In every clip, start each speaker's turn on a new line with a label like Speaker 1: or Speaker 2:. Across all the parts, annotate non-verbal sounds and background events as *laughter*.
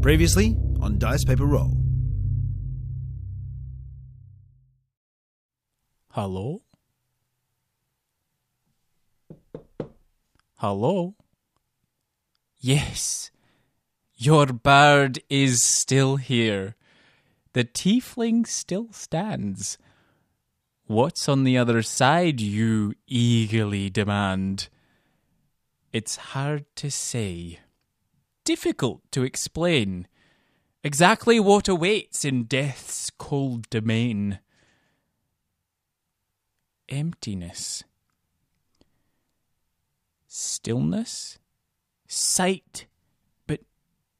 Speaker 1: Previously on Dice Paper Roll.
Speaker 2: Hello? Hello? Yes, your bird is still here. The tiefling still stands. What's on the other side, you eagerly demand? It's hard to say, difficult to explain exactly what awaits in death's cold domain emptiness, stillness, sight, but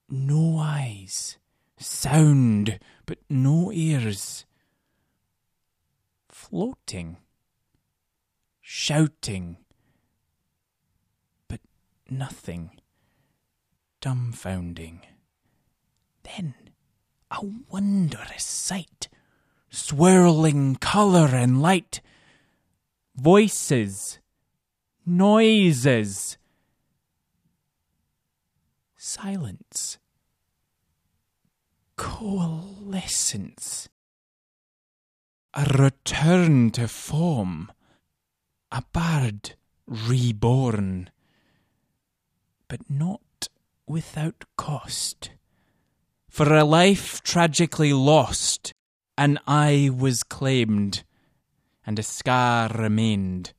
Speaker 2: no eyes, sound, but no ears, floating, shouting, but nothing, dumbfounding. Then a wondrous sight, swirling colour and light voices, noises, silence, coalescence, a return to form, a bird reborn, but not without cost. For a life tragically lost, an eye was claimed and a scar remained.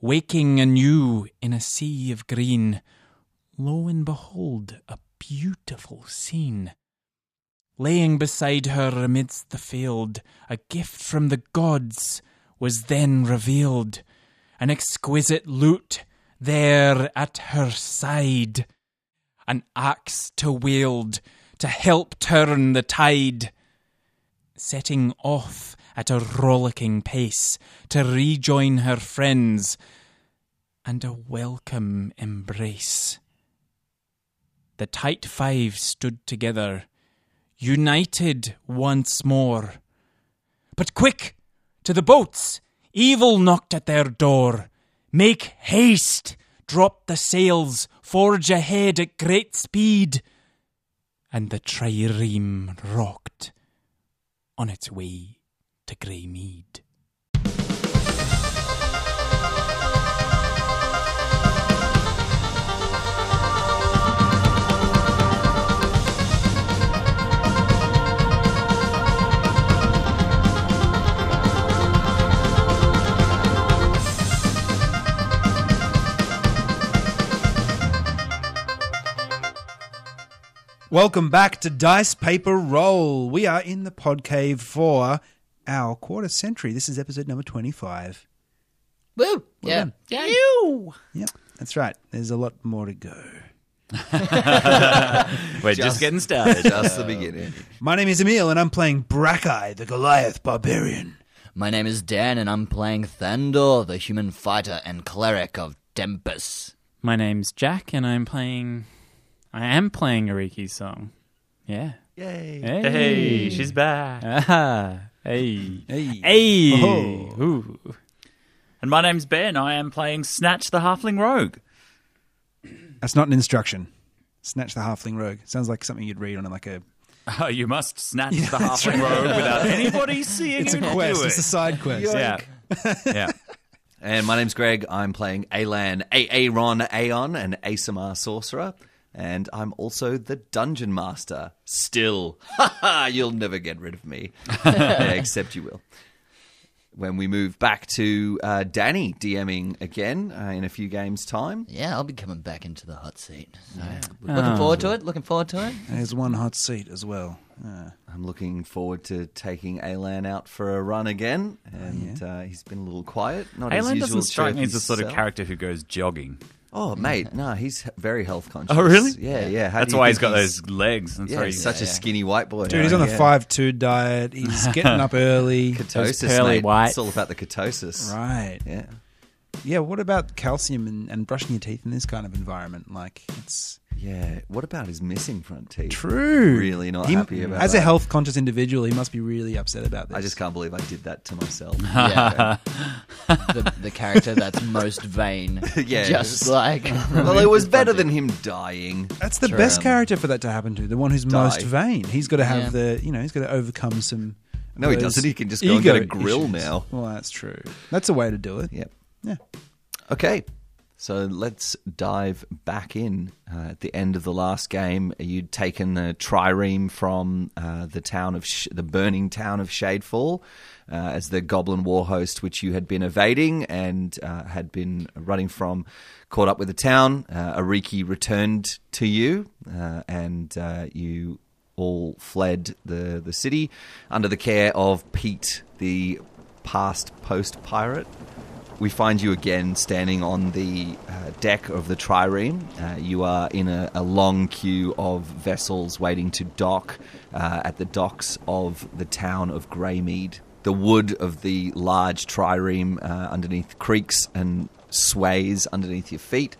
Speaker 2: Waking anew in a sea of green, lo and behold a beautiful scene. Laying beside her amidst the field, a gift from the gods was then revealed, an exquisite lute there at her side, an axe to wield to help turn the tide setting off at a rollicking pace to rejoin her friends and a welcome embrace. The tight five stood together, united once more. But quick! To the boats! Evil knocked at their door. Make haste! Drop the sails! Forge ahead at great speed! And the trireme rocked on its way to Greymead.
Speaker 1: Welcome back to Dice Paper Roll. We are in the pod cave for our quarter century. This is episode number 25.
Speaker 3: Woo! yeah. yeah.
Speaker 1: Yep, that's right. There's a lot more to go.
Speaker 4: We're just, getting started.
Speaker 5: That's the beginning.
Speaker 1: My name is Emil, and I'm playing Brackeye, the Goliath Barbarian.
Speaker 6: Uh,
Speaker 5: My name is Dan, and I'm playing Thandor, the human fighter and cleric of Tempest.
Speaker 2: *laughs* My name's Jack, and I'm playing. I am playing Ariki's song. Yeah. Yay. Hey,
Speaker 4: Hey, she's back.
Speaker 2: Ah, hey.
Speaker 1: Hey.
Speaker 2: Hey.
Speaker 1: Oh.
Speaker 2: Ooh.
Speaker 4: And my name's Ben. I am playing Snatch the Halfling Rogue.
Speaker 1: That's not an instruction. Snatch the halfling rogue. Sounds like something you'd read on like a.
Speaker 4: Oh, you must snatch the Halfling Rogue without anybody seeing
Speaker 1: It's a
Speaker 4: you
Speaker 1: quest.
Speaker 4: do
Speaker 1: It's a
Speaker 4: it.
Speaker 1: *laughs* side quest.
Speaker 4: yeah. yeah.
Speaker 5: And my name's Greg. I'm playing Alan, Aaron, Aeon, an ASMR sorcerer. And I'm also the dungeon master. Still. *laughs* Ha ha! You'll never get rid of
Speaker 4: *laughs*
Speaker 5: me. Yeah, Except you will. When we move back to uh, Danny DMing again uh, in a few games' time.
Speaker 6: Yeah, I'll be coming back into the hot seat. So, Looking forward to it. Looking forward to it.
Speaker 1: And there's one hot seat as well. Uh,
Speaker 5: I'm looking forward to taking Alan out for a run again. And uh, he's been a little quiet. Not his
Speaker 4: Alan
Speaker 5: usual
Speaker 4: Oh, doesn't strike me as
Speaker 5: chirpy
Speaker 4: the sort of
Speaker 5: self.
Speaker 4: character who goes jogging.
Speaker 5: Oh, mate, no, he's very health conscious.
Speaker 4: Oh, really?
Speaker 5: Yeah, yeah. How
Speaker 4: That's
Speaker 5: do you
Speaker 4: why
Speaker 5: think
Speaker 4: he's got those legs. That's
Speaker 5: Yeah,
Speaker 4: why
Speaker 5: he's
Speaker 4: he-
Speaker 5: such a skinny white boy.
Speaker 1: Dude, he's on the
Speaker 5: Yeah.
Speaker 1: 5 2 diet. *laughs* He's getting up early.
Speaker 5: Ketosis,
Speaker 2: Those pearly
Speaker 5: mate.
Speaker 2: whites.
Speaker 5: It's all about the ketosis.
Speaker 1: right.
Speaker 5: Yeah.
Speaker 1: Yeah, what about calcium and, and brushing your teeth in this kind of environment? Like, it's
Speaker 5: Yeah. What about his missing front teeth?
Speaker 1: true.
Speaker 5: Really not
Speaker 1: He-
Speaker 5: happy about
Speaker 1: As a
Speaker 5: that.
Speaker 1: health conscious individual, he must be really upset about this.
Speaker 5: I just can't believe I did that
Speaker 1: *laughs*
Speaker 5: to myself. *laughs*
Speaker 6: Yeah. the, the character that's most vain.
Speaker 5: Yes.
Speaker 6: Just like. *laughs*
Speaker 5: well, it was better than him dying.
Speaker 1: That's the best
Speaker 5: Um,
Speaker 1: character for that to happen to. The one who's most
Speaker 5: die.
Speaker 1: vain. He's got to have
Speaker 6: Yeah.
Speaker 1: the, you know, he's got to overcome some.
Speaker 5: No, he
Speaker 1: those
Speaker 5: doesn't. He can just go and get
Speaker 1: ego
Speaker 5: a grill
Speaker 1: issues.
Speaker 5: now.
Speaker 1: Well, that's true. That's a way to do it.
Speaker 5: Yep. *laughs*
Speaker 1: Yeah.
Speaker 5: Okay. So let's dive back in. Uh, at the end of the last game, you'd taken the trireme from uh, the town of Sh- the burning town of Shadefall uh, as the goblin war host, which you had been evading and uh, had been running from. Caught up with the town, uh, Ariki returned to you, uh, and uh, you all fled the the city under the care of Pete, the past post pirate. We find you again standing on the uh, deck of the trireme. Uh, you are in a, a long queue of vessels waiting to dock uh, at the docks of the town of Greymead. The wood of the large trireme uh, underneath creaks and sways underneath your feet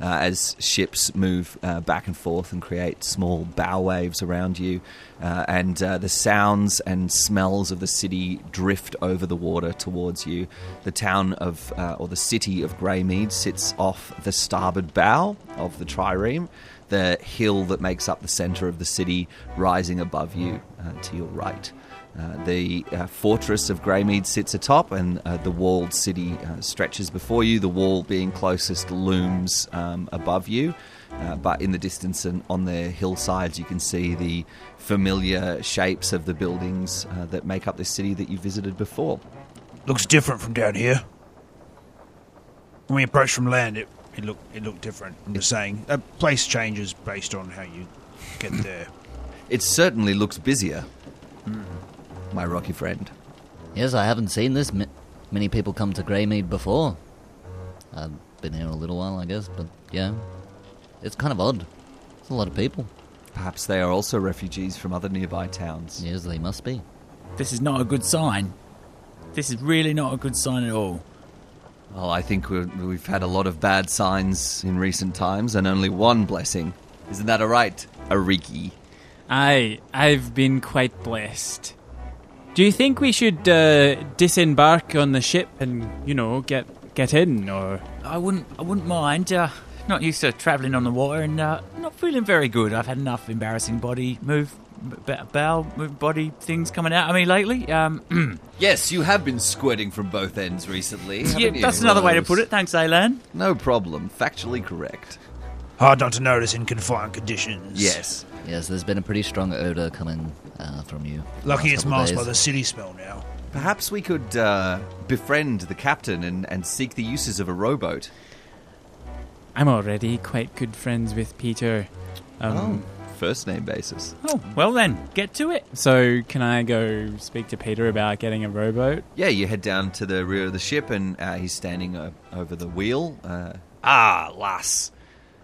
Speaker 5: uh, as ships move uh, back and forth and create small bow waves around you. Uh, and uh, the sounds and smells of the city drift over the water towards you. The town of, uh, or the city of Greymead, sits off the starboard bow of the trireme, the hill that makes up the centre of the city rising above you uh, to your right. Uh, the uh, fortress of Greymead sits atop, and uh, the walled city uh, stretches before you. The wall being closest looms um, above you, uh, but in the distance and on the hillsides, you can see the familiar shapes of the buildings uh, that make up this city that you visited before.
Speaker 7: Looks different from down here. When we approached from land, it, it looked it looked different. I'm just saying, a place changes based on how you get there.
Speaker 5: It certainly looks busier, my rocky friend.
Speaker 6: Yes, I haven't seen this ma- many people come to Greymead before. I've been here a little while, I guess, but yeah. It's kind of odd. It's a lot of people.
Speaker 5: Perhaps they are also refugees from other nearby towns.
Speaker 6: Yes, they must be.
Speaker 2: This is not a good sign. This is really not a good sign at all.
Speaker 5: Well, I think we're, we've had a lot of bad signs in recent times, and only one blessing. Isn't that all right, Ariki?
Speaker 2: Aye, I've been quite blessed. Do you think we should uh, disembark on the ship and, you know, get get in or
Speaker 3: I wouldn't. I wouldn't mind. Uh, not used to travelling on the water and uh, not feeling very good. I've had enough embarrassing body move, b- bowel move body things coming out of me lately. Um,
Speaker 5: Yes, you have been squirting from both ends recently.
Speaker 3: yeah, that's another way to put it. Thanks, Alan.
Speaker 5: No problem. Factually correct.
Speaker 7: Hard not to notice in confined conditions.
Speaker 5: Yes.
Speaker 6: Yes, there's been a pretty strong odor coming uh, from you. the
Speaker 7: Lucky
Speaker 6: last
Speaker 7: it's
Speaker 6: couple
Speaker 7: masked by
Speaker 6: days.
Speaker 7: the city smell now.
Speaker 5: Perhaps we could uh, befriend the captain and, and seek the uses of a rowboat.
Speaker 2: I'm already quite good friends with Peter. Um,
Speaker 5: First name basis.
Speaker 3: Oh well, then get to it.
Speaker 2: So can I go speak to Peter about getting a rowboat?
Speaker 5: Yeah, you head down to the rear of the ship, and uh, he's standing uh, over the wheel. Uh, ah, lass.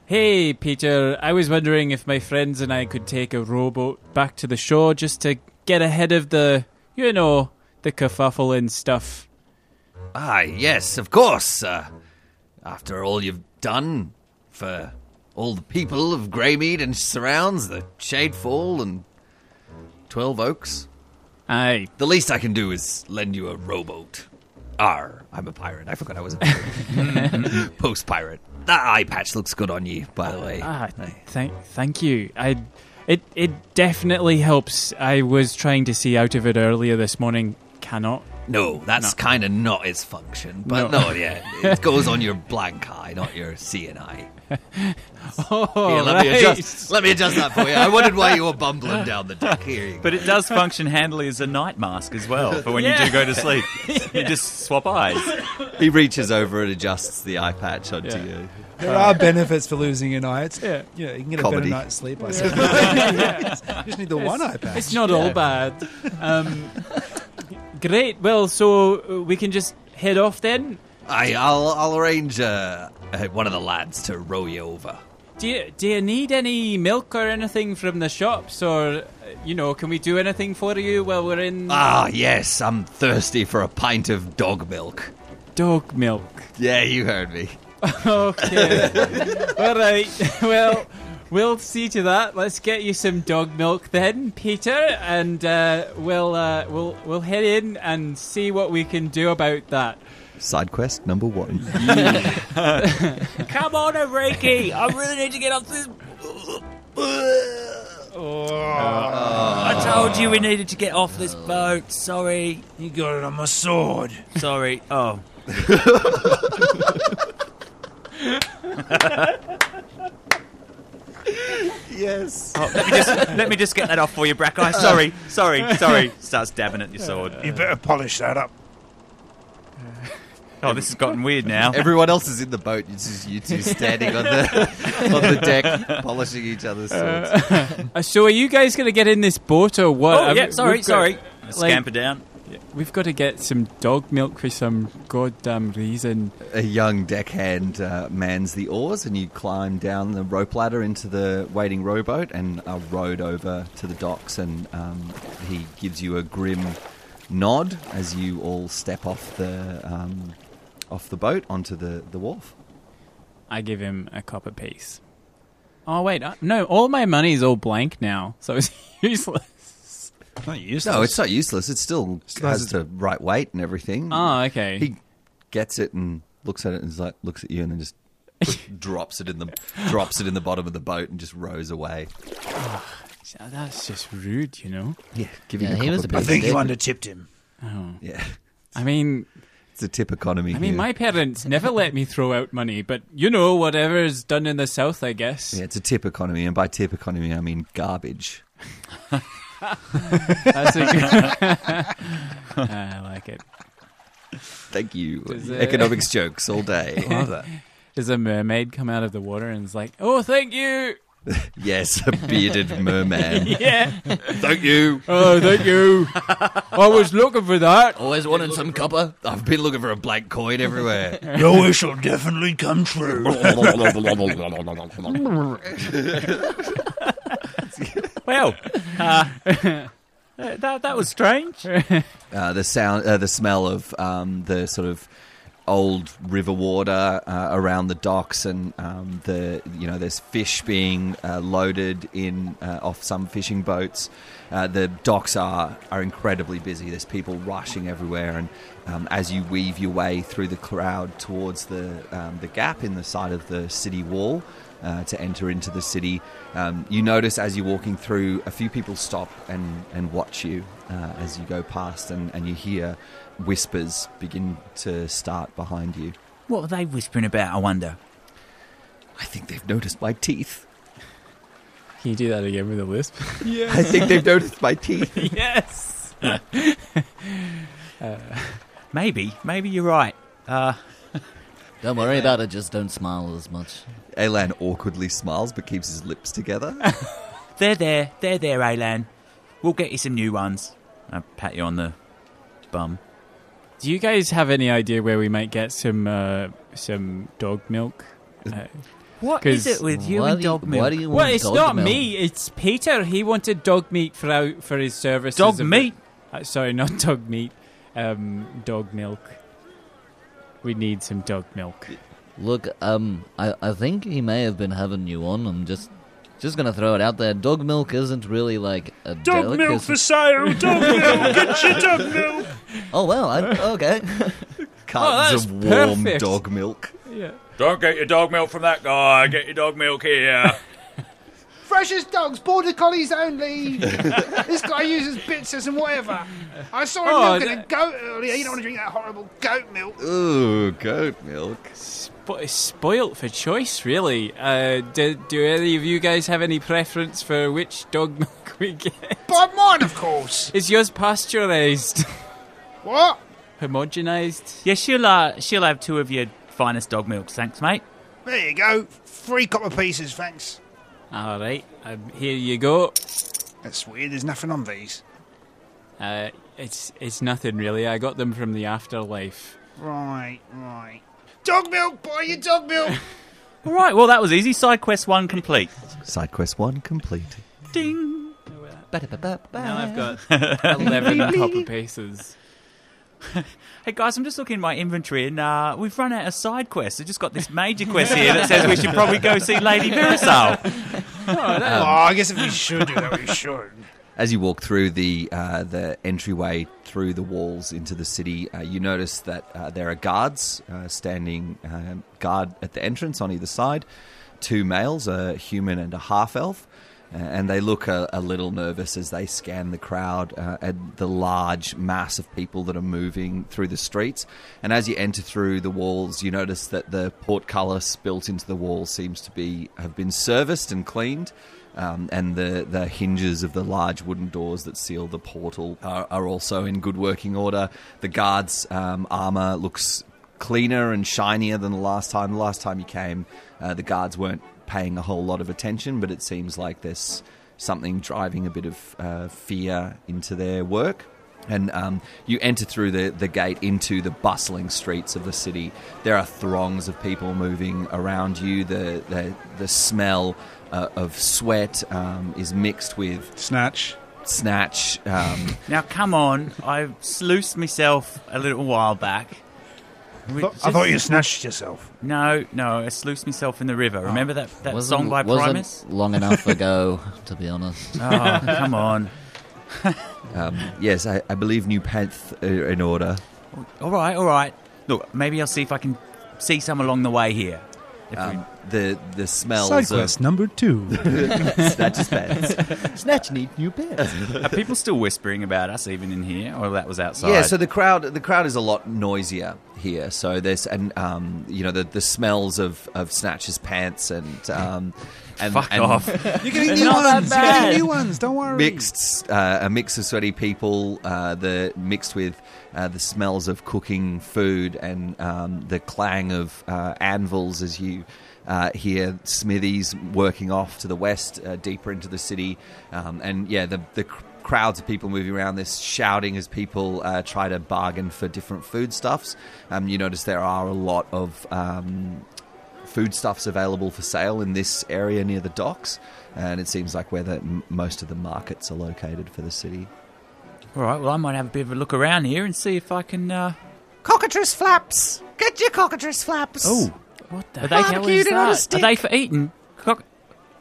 Speaker 2: Hey, Peter, I was wondering if my friends and I could take a rowboat back to the shore just to get ahead of the, you know, the kerfuffle and stuff.
Speaker 5: Ah, yes, of course. Uh, after all you've done for all the people of Greymead and surrounds, the Shadefall and Twelve Oaks,
Speaker 2: Aye.
Speaker 5: the least I can do is lend you a rowboat. R. I'm a pirate. I forgot I was a
Speaker 2: *laughs*
Speaker 5: pirate. Post pirate. That eye patch looks good on you, by the way.
Speaker 2: Ah,
Speaker 5: Aye.
Speaker 2: thank, thank you. I, it, it definitely helps. I was trying to see out of it earlier this morning. Cannot.
Speaker 5: No, that's kind of not its function. But
Speaker 2: No.
Speaker 5: no, yeah, it goes on your blank eye, not your seeing eye.
Speaker 2: Oh,
Speaker 5: Here, let me adjust. Let me adjust that for you. I wondered why you were bumbling down the deck. Here you go.
Speaker 4: But it does function handily as a night mask as well for when you do go to sleep.
Speaker 2: *laughs*
Speaker 4: You just swap eyes.
Speaker 5: He reaches over and adjusts the eye patch onto
Speaker 2: Yeah.
Speaker 5: you.
Speaker 1: There are benefits for losing an eye. It's,
Speaker 2: Yeah.
Speaker 1: you, know, you can get a
Speaker 5: Comedy.
Speaker 1: better night's sleep, I suppose. *laughs* You just need the one eye patch.
Speaker 2: It's not all bad. Um, *laughs* great. Well, so uh, we can just head off then.
Speaker 5: I, I'll, I'll arrange uh, uh, one of the lads to row you over.
Speaker 2: Do you, do you need any milk or anything from the shops, or uh, you know, can we do
Speaker 5: Uh.
Speaker 2: anything for you while we're in?
Speaker 5: Ah, yes, I'm thirsty for a pint of dog milk.
Speaker 2: Dog milk. *laughs*
Speaker 5: Yeah, you heard me.
Speaker 2: Okay. All right. *laughs* Well, we'll see to that. Let's get you some dog milk then, Peter, and uh, we'll uh, we'll we'll head in and see what we can do about that.
Speaker 5: Side quest number one.
Speaker 3: Come on, Reiki. I really need to get
Speaker 2: *laughs*
Speaker 3: off this.
Speaker 2: Oh.
Speaker 3: I told you we needed to get off this boat. Sorry.
Speaker 7: You got it on my sword.
Speaker 3: Sorry. Oh.
Speaker 5: yes.
Speaker 4: Oh, Let me just, let me just get that off for you,
Speaker 2: Uh.
Speaker 4: Brackeye. Sorry, sorry, sorry. Starts dabbing at your sword.
Speaker 7: You better polish that up.
Speaker 4: Oh, this has gotten weird now.
Speaker 5: Everyone else is in the boat. It's just you two standing on the on the deck, polishing each other's swords.
Speaker 2: Uh, so, are you guys going to get in this boat or what?
Speaker 3: Oh,
Speaker 2: I've-
Speaker 3: yeah. Sorry,
Speaker 2: we've got-
Speaker 3: sorry.
Speaker 2: like-
Speaker 4: Scamper down.
Speaker 2: We've got to get some dog milk for some goddamn reason.
Speaker 5: a young deckhand uh, mans the oars, and you climb down the rope ladder into the waiting rowboat and are rowed over to the docks. And um, he gives you a grim nod as you all step off the um, off the boat onto the, the wharf.
Speaker 2: I give him a copper piece. Oh wait, uh, no! All my money is all blank now, so it's *laughs* useless.
Speaker 7: Not useless.
Speaker 5: No, it's not useless. It still has Ah, the right weight and everything.
Speaker 2: Oh, okay.
Speaker 5: He gets it and looks at it and is like looks at you and then *laughs* just drops it in the drops it in the bottom of the boat and just rows away.
Speaker 2: So uh, that's just rude, you know.
Speaker 5: Yeah, giving
Speaker 6: Yeah,
Speaker 5: a
Speaker 6: he was
Speaker 5: copper
Speaker 6: a
Speaker 7: I
Speaker 6: bit.
Speaker 7: think you
Speaker 6: dick.
Speaker 7: undertipped him.
Speaker 2: Oh.
Speaker 5: piece. Yeah.
Speaker 2: I mean,
Speaker 5: It's a tip economy.
Speaker 2: I mean,
Speaker 5: here.
Speaker 2: my parents never let me throw out money, but you know, whatever is done in the south, I guess.
Speaker 5: yeah, it's a tip economy, and by tip economy, I mean garbage.
Speaker 2: That's a good- *laughs* I like it.
Speaker 5: Thank you.
Speaker 2: Does, uh,
Speaker 5: Economics jokes all
Speaker 2: *laughs*
Speaker 5: day.
Speaker 7: Love that.
Speaker 2: There's a mermaid come out of the water and is like, "Oh, thank you."
Speaker 5: yes, a bearded
Speaker 2: *laughs*
Speaker 5: merman.
Speaker 2: Yeah.
Speaker 5: Thank you.
Speaker 2: oh, thank you. I was looking for that.
Speaker 6: Always wanted some copper.
Speaker 5: I've been looking for a blank coin everywhere.
Speaker 7: Your wish will definitely come true.
Speaker 2: *laughs*
Speaker 3: Well, uh, that, that was strange.
Speaker 5: uh, the sound, uh, the smell of um, the sort of old river water uh, around the docks, and um, the you know there's fish being uh, loaded in uh, off some fishing boats. Uh, the docks are are incredibly busy. There's people rushing everywhere, and um, as you weave your way through the crowd towards the um, the gap in the side of the city wall. Uh, to enter into the city, um, you notice as you're walking through, a few people stop and, and watch you uh, as you go past, and, and you hear whispers begin to start behind you.
Speaker 3: What were they whispering about, I wonder?
Speaker 5: I think they've noticed my teeth.
Speaker 2: Can you do that again with a lisp?
Speaker 5: I think they've noticed my teeth.
Speaker 2: yes.
Speaker 3: Maybe. Maybe you're right. Uh,
Speaker 6: Don't worry about it. Just don't smile as much.
Speaker 5: Alan awkwardly smiles but keeps his lips together.
Speaker 3: They're there. They're there, Alan. We'll get you some new ones. I'll pat you on the bum.
Speaker 2: Do you guys have any idea where we might get some uh, some dog milk? Uh,
Speaker 3: What
Speaker 2: 'Cause
Speaker 3: is it with you
Speaker 6: why
Speaker 3: and
Speaker 6: do
Speaker 3: dog
Speaker 6: Why
Speaker 3: milk?
Speaker 6: do you want
Speaker 2: well, it's
Speaker 6: dog
Speaker 2: not
Speaker 6: milk?
Speaker 2: me. It's Peter. He wanted dog meat for our, for his services.
Speaker 3: dog
Speaker 2: of-
Speaker 3: meat?
Speaker 2: Uh, sorry, not dog meat. Um, dog milk. We need some dog milk.
Speaker 6: Look, um, I, I think he may have been having you on. I'm just just gonna throw it out there. Dog milk isn't really like a
Speaker 7: Dog milk
Speaker 6: delicacy.
Speaker 7: for sale. Dog milk. Get your dog milk.
Speaker 6: Oh well,
Speaker 3: *laughs*
Speaker 6: I, okay.
Speaker 5: Cartons
Speaker 2: that's
Speaker 5: of warm
Speaker 2: perfect.
Speaker 5: dog milk.
Speaker 2: Yeah.
Speaker 4: Don't get your dog milk from that guy. Get your dog milk here.
Speaker 3: *laughs*
Speaker 8: Freshest dogs, border collies
Speaker 6: *laughs*
Speaker 8: only. this guy uses bitters and whatever. I saw him
Speaker 2: Oh,
Speaker 8: milking
Speaker 2: that-
Speaker 8: a goat earlier. You don't want to drink that horrible goat milk.
Speaker 5: Ooh, goat milk.
Speaker 2: But it's spoilt for choice, really. Uh, do, do any of you guys have any preference for which dog *laughs* milk we get?
Speaker 8: But mine, of course.
Speaker 2: Is yours pasteurized,
Speaker 8: What?
Speaker 2: homogenized?
Speaker 3: Yeah, she'll, uh, she'll have two of your finest dog milks. Thanks, mate.
Speaker 8: There you go. Three copper pieces, thanks.
Speaker 2: All right, um, here you go.
Speaker 8: That's weird. There's nothing on these.
Speaker 2: Uh, it's it's nothing really. I got them from the afterlife.
Speaker 8: Right, right. Dog milk, buy your dog milk.
Speaker 3: All right, well, that was easy. Side quest one complete.
Speaker 5: Side quest one complete.
Speaker 3: Ding.
Speaker 6: *laughs*
Speaker 2: Now I've got eleven copper pieces.
Speaker 3: Hey guys, I'm just looking at my inventory and uh, we've run out of side quests. I just got this major quest here that says we should probably go see Lady Mirasol.
Speaker 7: oh, I guess if we should do that, we should.
Speaker 5: As you walk through the uh, the entryway through the walls into the city, uh, you notice that uh, there are guards uh, standing um, guard at the entrance on either side. Two males, a human and a half elf, and they look a, a little nervous as they scan the crowd uh, and the large mass of people that are moving through the streets. And as you enter through the walls, you notice that the portcullis built into the wall seems to be have been serviced and cleaned um, and the, the hinges of the large wooden doors that seal the portal are, are also in good working order. The guard's um, armor looks cleaner and shinier than the last time. The last time you came, uh, the guards weren't paying a whole lot of attention, but it seems like there's something driving a bit of uh, fear into their work. And um, you enter through the, the gate into the bustling streets of the city. There are throngs of people moving around you. The, the, the smell uh, of sweat um, is mixed with
Speaker 1: Snatch.
Speaker 5: snatch. Um, *laughs*
Speaker 3: Now, come on. I sluiced myself a little while back. We
Speaker 7: I thought
Speaker 3: just-
Speaker 7: you snatched yourself.
Speaker 3: No, no, I sluiced myself in the river. Remember that, that
Speaker 6: wasn't,
Speaker 3: song by
Speaker 6: wasn't *laughs*
Speaker 3: Primus?
Speaker 6: long enough ago, to be
Speaker 2: *laughs*
Speaker 6: honest.
Speaker 3: Oh, come on.
Speaker 5: um, yes, I, I believe New Panth uh, in order.
Speaker 3: All right, all right. Look, maybe I'll see if I can see some along the way here. If we-
Speaker 5: Um, the the smells
Speaker 1: Side quest number two.
Speaker 5: of snatch is bad.
Speaker 6: Snatch need new pants.
Speaker 3: Are people still whispering about us even in here, or that was outside?
Speaker 5: Yeah, so the crowd the crowd is a lot noisier here. So there's and um, you know the, the smells of of Snatch's pants and um, and
Speaker 3: Fuck
Speaker 5: and
Speaker 3: off.
Speaker 1: You're getting new
Speaker 3: Not that
Speaker 1: ones. You're getting
Speaker 3: bad.
Speaker 1: new ones. Don't worry.
Speaker 5: Mixed uh, a mix of sweaty people, uh, the mixed with uh, the smells of cooking food and um, the clang of uh, anvils as you uh, hear smithies working off to the west, uh, deeper into the city, um, and yeah, the the cr- crowds of people moving around. This shouting as people uh, try to bargain for different foodstuffs. Um, you notice there are a lot of um, foodstuffs available for sale in this area near the docks, and it seems like where the, m- most of the markets are located for the city.
Speaker 3: All right, well, I might have a bit of a look around here and see if I can. Uh,
Speaker 9: Cockatrice flaps. Get your cockatrice flaps.
Speaker 1: Oh,
Speaker 3: what the hell is
Speaker 9: barbecued it on a
Speaker 3: that? Are
Speaker 9: stick.
Speaker 3: they for eating? Cock-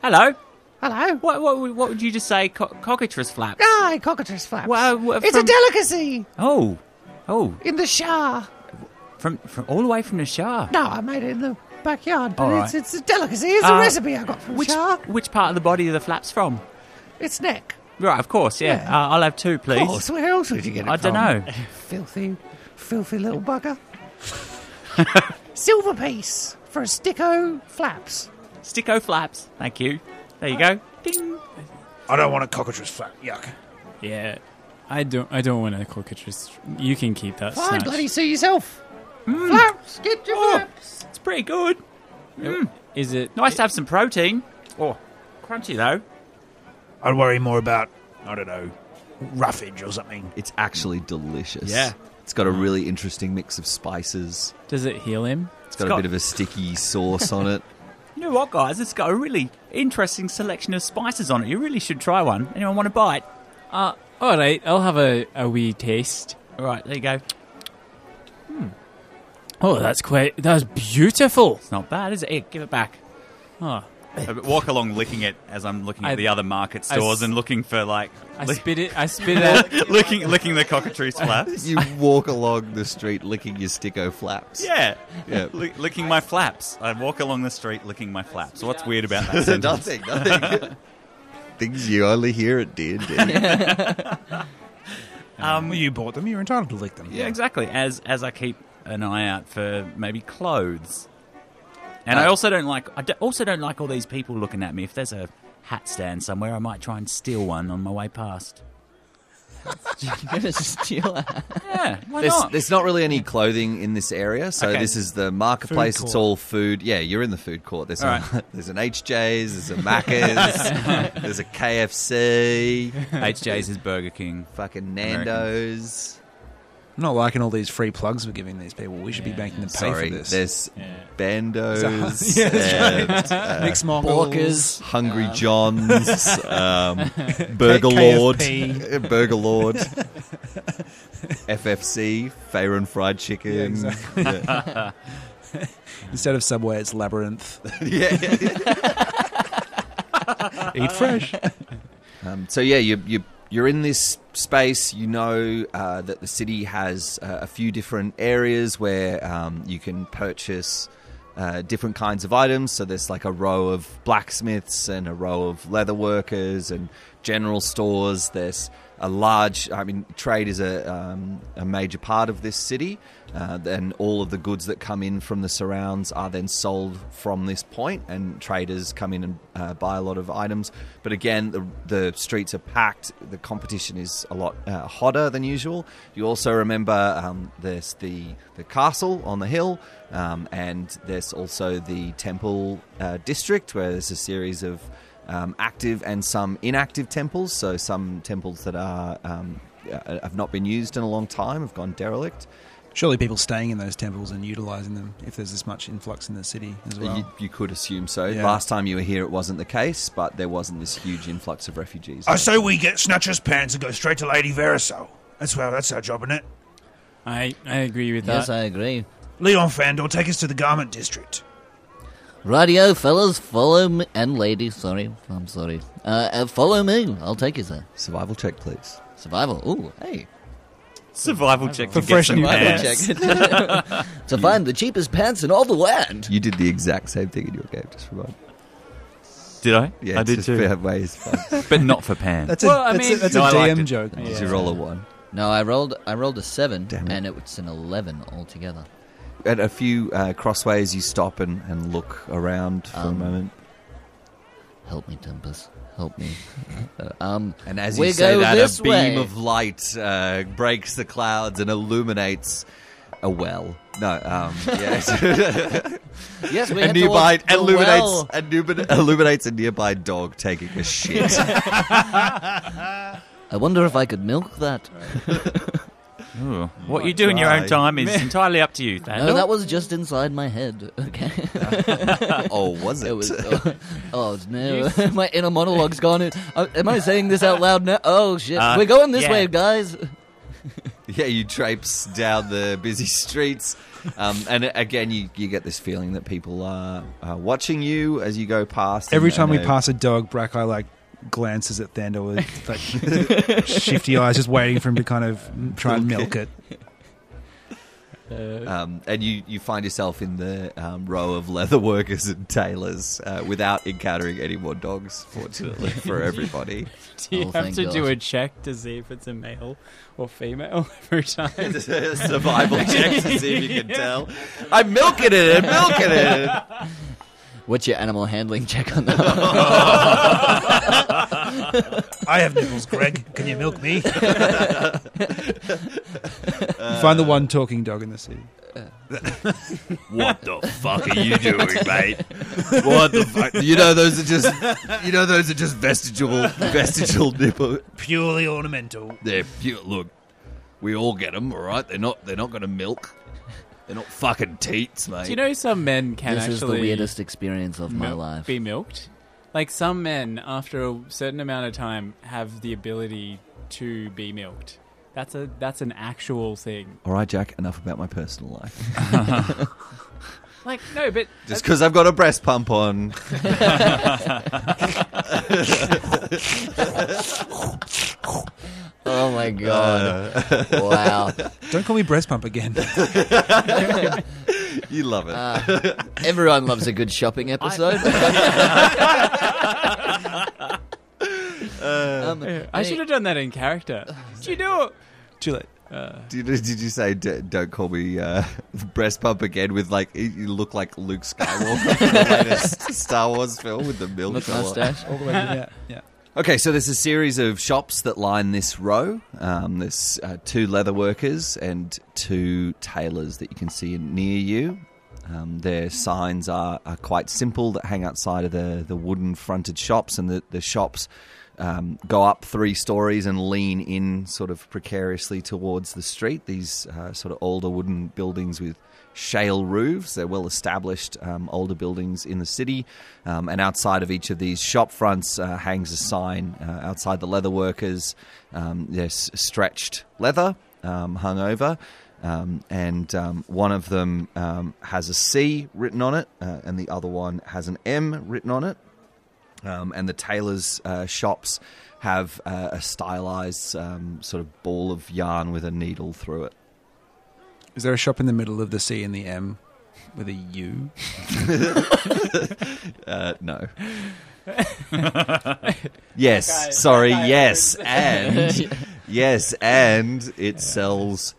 Speaker 3: Hello?
Speaker 9: Hello.
Speaker 3: What, what, would- what would you just say? Co- cockatrice flaps?
Speaker 9: Aye, cockatrice flaps.
Speaker 3: Well, w-
Speaker 9: it's a
Speaker 3: from-
Speaker 9: delicacy
Speaker 3: Oh, oh,
Speaker 9: in the shower.
Speaker 3: from, from all the way from the Shah.
Speaker 9: No, I made it in the backyard. But
Speaker 3: All
Speaker 9: it's,
Speaker 3: right.
Speaker 9: it's a delicacy. It's
Speaker 3: Uh,
Speaker 9: a recipe I got from
Speaker 3: Which,
Speaker 9: Shah.
Speaker 3: which part of the body are the flaps from?
Speaker 9: It's neck.
Speaker 3: Right, of course, yeah.
Speaker 9: Yeah.
Speaker 3: Uh, I'll have two, please.
Speaker 9: Oh, so where else would you get it
Speaker 3: I
Speaker 9: from?
Speaker 3: don't know.
Speaker 9: Filthy, filthy little bugger. *laughs* Silver piece for a sticko flaps.
Speaker 3: Sticko flaps. Thank you. There you go. Ding.
Speaker 7: I don't want a cockatrice flap. Yuck.
Speaker 2: Yeah. I don't. I don't want a cockatrice. You can keep that.
Speaker 9: Fine,
Speaker 2: snatch.
Speaker 9: bloody see yourself. Flaps, get your
Speaker 3: Hmm. Oh,
Speaker 9: flaps.
Speaker 3: it's pretty good.
Speaker 2: Is it
Speaker 3: Nice to have some protein. Oh, crunchy though.
Speaker 7: I'd worry more about, I don't know, roughage or something.
Speaker 5: It's actually delicious.
Speaker 3: Yeah.
Speaker 5: It's
Speaker 1: Mm.
Speaker 5: got a really interesting mix of spices.
Speaker 2: Does it heal him?
Speaker 5: It's got,
Speaker 3: got-
Speaker 5: a bit of
Speaker 1: *laughs*
Speaker 5: a sticky sauce on it.
Speaker 3: You know what, guys? It's got a really interesting selection of spices on it. You really should try one. Anyone want to bite?
Speaker 2: Uh, all right. I'll have a, a wee taste. Hmm.
Speaker 3: All right, there you go.
Speaker 2: Oh, that's quite. That's beautiful.
Speaker 3: It's not bad, is it? Here, give it back.
Speaker 2: Oh,
Speaker 4: I walk along licking it as I'm looking at
Speaker 2: I-
Speaker 4: the other market
Speaker 2: I
Speaker 4: stores
Speaker 2: s-
Speaker 4: and looking for like
Speaker 2: I
Speaker 4: li-
Speaker 2: spit it. I spit *laughs* it. out.
Speaker 4: *laughs* licking licking the cockatrice
Speaker 5: *laughs*
Speaker 4: flaps.
Speaker 5: you walk along the street licking your sticko flaps.
Speaker 4: Yeah,
Speaker 5: Yeah.
Speaker 4: Lick- licking my flaps. I walk along the street licking my flaps. What's weird
Speaker 5: *laughs*
Speaker 4: about that? sentence?
Speaker 5: nothing,
Speaker 1: *laughs*
Speaker 5: nothing. Things you only hear at D&D.
Speaker 1: *laughs* well, Um, you bought them. You're entitled to lick them.
Speaker 3: Yeah, exactly. As as I keep an eye out for maybe clothes, and I
Speaker 5: Uh,
Speaker 3: also don't like. I d- also don't like all these people looking at me. If there's a hat stand somewhere, I might try and steal one on my way past.
Speaker 6: You're gonna steal a-
Speaker 3: Yeah, why
Speaker 5: There's,
Speaker 2: *laughs*
Speaker 3: not?
Speaker 5: there's not really any clothing in this area, so
Speaker 3: Okay.
Speaker 5: this is the marketplace. It's all food. Yeah, you're in the food court. There's a,
Speaker 3: Alright.
Speaker 5: *laughs* there's an HJ's, there's a Macca's, there's a KFC,
Speaker 3: HJ's is Burger King.
Speaker 5: fucking Nando's.
Speaker 1: I'm not liking all these free plugs we're giving these people. We should be making them pay
Speaker 5: Sorry,
Speaker 1: for this.
Speaker 5: there's bandos,
Speaker 1: Yeah,
Speaker 5: and,
Speaker 1: Nick
Speaker 6: Orcas.
Speaker 5: Hungry John's, um, Burger Lord,
Speaker 1: KFP.
Speaker 5: Burger Lord, FFC, Fair and Fried Chicken. Yeah,
Speaker 1: *laughs* Instead of Subway, it's Labyrinth.
Speaker 5: *laughs* yeah.
Speaker 1: *laughs* Eat fresh.
Speaker 5: Um, so yeah, you you you're in this space. You know uh, that the city has uh, a few different areas where um, you can purchase. Uh, different kinds of items. So there's like a row of blacksmiths and a row of leather workers and general stores. There's a large, I mean, trade is a, um, a major part of this city. Uh, and all of the goods that come in from the surrounds are then sold from this point, and traders come in and uh, buy a lot of items. But again, the, the streets are packed. The competition is a lot uh, hotter than usual. You also remember um, there's the, the castle on the hill, um, and there's also the temple uh, district where there's a series of um, active and some inactive temples. So some temples that are um, uh, have not been used in a long time have gone derelict.
Speaker 1: Surely people staying in those temples and utilizing them if there's this much influx in the city as well.
Speaker 5: You, you could assume so.
Speaker 1: Yeah.
Speaker 5: Last time you were here, it wasn't the case, but there wasn't this huge influx of refugees.
Speaker 7: I say Oh, we get Snatcher's pants and go straight to Lady Veriso. That's well, that's our job, isn't it?
Speaker 2: I, I agree with
Speaker 6: Yes,
Speaker 2: that.
Speaker 6: I agree.
Speaker 7: Lead on, Fandor. Take us to the garment district.
Speaker 6: Radio, fellas, follow me. And ladies, sorry. I'm sorry. Uh, uh, follow me. I'll take you there.
Speaker 5: Survival check, please.
Speaker 6: Survival. Ooh, hey.
Speaker 4: Survival check
Speaker 1: For
Speaker 4: to get
Speaker 1: fresh
Speaker 4: some
Speaker 1: new
Speaker 4: pants.
Speaker 6: Check. *laughs* to find the cheapest pants in all the land.
Speaker 5: You did the exact same thing in your game. Just remind.
Speaker 2: *laughs*
Speaker 4: Did I?
Speaker 5: Yeah,
Speaker 4: I did
Speaker 5: just
Speaker 4: too.
Speaker 5: fair ways. *laughs* Did
Speaker 4: But not for pants.
Speaker 1: That's a,
Speaker 2: Well, I
Speaker 1: that's a,
Speaker 2: mean-
Speaker 1: that's
Speaker 4: No,
Speaker 1: a
Speaker 4: I liked
Speaker 1: DM
Speaker 4: it.
Speaker 1: joke.
Speaker 5: you roll a one?
Speaker 6: No, I rolled. I rolled a seven,
Speaker 5: Damn it.
Speaker 6: and it was an eleven altogether.
Speaker 5: At a few uh, crossways, you stop and, and look around for
Speaker 6: Um,
Speaker 5: a moment.
Speaker 6: Help me, Tempest. Help
Speaker 5: *laughs*
Speaker 6: me. um,
Speaker 5: And as
Speaker 6: we
Speaker 5: you say
Speaker 6: go
Speaker 5: that,
Speaker 6: this
Speaker 5: a beam
Speaker 6: way.
Speaker 5: of light uh, breaks the clouds and illuminates a well. No,
Speaker 6: *laughs*
Speaker 5: um, yes.
Speaker 6: yes, we
Speaker 5: *laughs* a
Speaker 6: head
Speaker 5: nearby
Speaker 6: towards the
Speaker 5: illuminates
Speaker 6: well.
Speaker 5: a numin- *laughs* illuminates a nearby dog taking a shit.
Speaker 6: I wonder if I could milk that.
Speaker 4: Ooh. What you do in your
Speaker 5: try.
Speaker 4: own time is entirely up to you. Thandor.
Speaker 6: No, Oh, that was just inside my head. *laughs* Okay,
Speaker 5: oh, was it?
Speaker 6: it
Speaker 5: *laughs*
Speaker 6: was. Oh, oh, no, *laughs* my inner monologue's gone. Uh, am I saying this out loud now? Oh shit,
Speaker 4: Uh,
Speaker 6: we're going this
Speaker 4: yeah.
Speaker 6: way, guys.
Speaker 5: yeah, you traipse down the busy streets, um, and again, you, you get this feeling that people are, are watching you as you go past.
Speaker 1: Every
Speaker 5: and- uh,
Speaker 1: time we
Speaker 5: and they-
Speaker 1: pass a dog, Brackeye like glances at Thandor with
Speaker 4: *laughs*
Speaker 1: like shifty eyes, just waiting for him to kind of try and milk it.
Speaker 5: um, and you, you find yourself in the um, row of leather workers and tailors uh, without encountering any more dogs,
Speaker 1: *laughs*
Speaker 5: fortunately for everybody.
Speaker 2: *laughs* Do you
Speaker 6: Oh,
Speaker 2: have
Speaker 6: thank
Speaker 2: to do
Speaker 6: God.
Speaker 2: a check to see if it's a male or female *laughs* every
Speaker 1: *laughs*
Speaker 2: time?
Speaker 5: *laughs* Survival check to see if you can tell. I'm milking it, I'm
Speaker 1: *laughs*
Speaker 5: milking it.
Speaker 6: What's your
Speaker 2: *laughs*
Speaker 6: animal handling check on that?
Speaker 7: I have nipples, Greg. Can you milk me?
Speaker 1: You find the
Speaker 4: Uh,
Speaker 1: one talking dog in the city.
Speaker 4: What the fuck are you doing, mate?
Speaker 5: What the fuck? You know those are just you know those are just vestigial vestigial nipple.
Speaker 7: Purely ornamental.
Speaker 5: They're pure, look. We all get them, all right. They're not they're not going to milk. They're not fucking teats, mate.
Speaker 2: Do you know some men can
Speaker 6: this
Speaker 2: actually
Speaker 6: is the weirdest experience of my
Speaker 2: milk-
Speaker 6: life.
Speaker 2: be milked? Like some men, after a certain amount of time, have the ability to be milked. That's a that's an actual thing.
Speaker 5: all right, Jack. Enough about my personal life.
Speaker 2: Like no, but
Speaker 5: Just because I've got a breast pump on.
Speaker 6: Oh my god! wow.
Speaker 1: Don't call me breast pump again.
Speaker 5: You love it.
Speaker 6: Everyone loves a good
Speaker 2: *laughs*
Speaker 6: shopping episode. Um,
Speaker 2: *laughs* I should have done that in character. Did you do it?
Speaker 1: Gillette.
Speaker 5: did, you- did you say d- don't call me uh, *laughs* breast pump again? With like you you look like Luke Skywalker, in the
Speaker 6: *laughs*
Speaker 5: latest Star Wars film with the milk
Speaker 6: look,
Speaker 5: all-
Speaker 6: mustache.
Speaker 2: Oh.
Speaker 1: All the way to that. Yeah.
Speaker 5: Okay, so there's a series of shops that line this row. Um, there's uh, two leather workers and two tailors that you can see near you. Um, their signs are, are quite simple that hang outside of the, the wooden fronted shops, and the, the shops um, go up three stories and lean in sort of precariously towards the street. These uh, sort of older wooden buildings with shale roofs. They're well established um, older buildings in the city. Um, and outside of each of these shop fronts uh, hangs a sign uh, outside the leather workers. Um, there's stretched leather um, hung over. Um, and um, one of them um, has a C written on it, uh, and the other one has an M written on it um, and the tailors' uh, shops have uh, a stylized um, sort of ball of yarn with a needle through it.
Speaker 1: Is there a shop in the middle of the C and the M with a U?
Speaker 5: Uh,
Speaker 3: *laughs*
Speaker 5: no. *laughs* yes, sorry, yes,
Speaker 3: *laughs*
Speaker 5: and yes, and it sells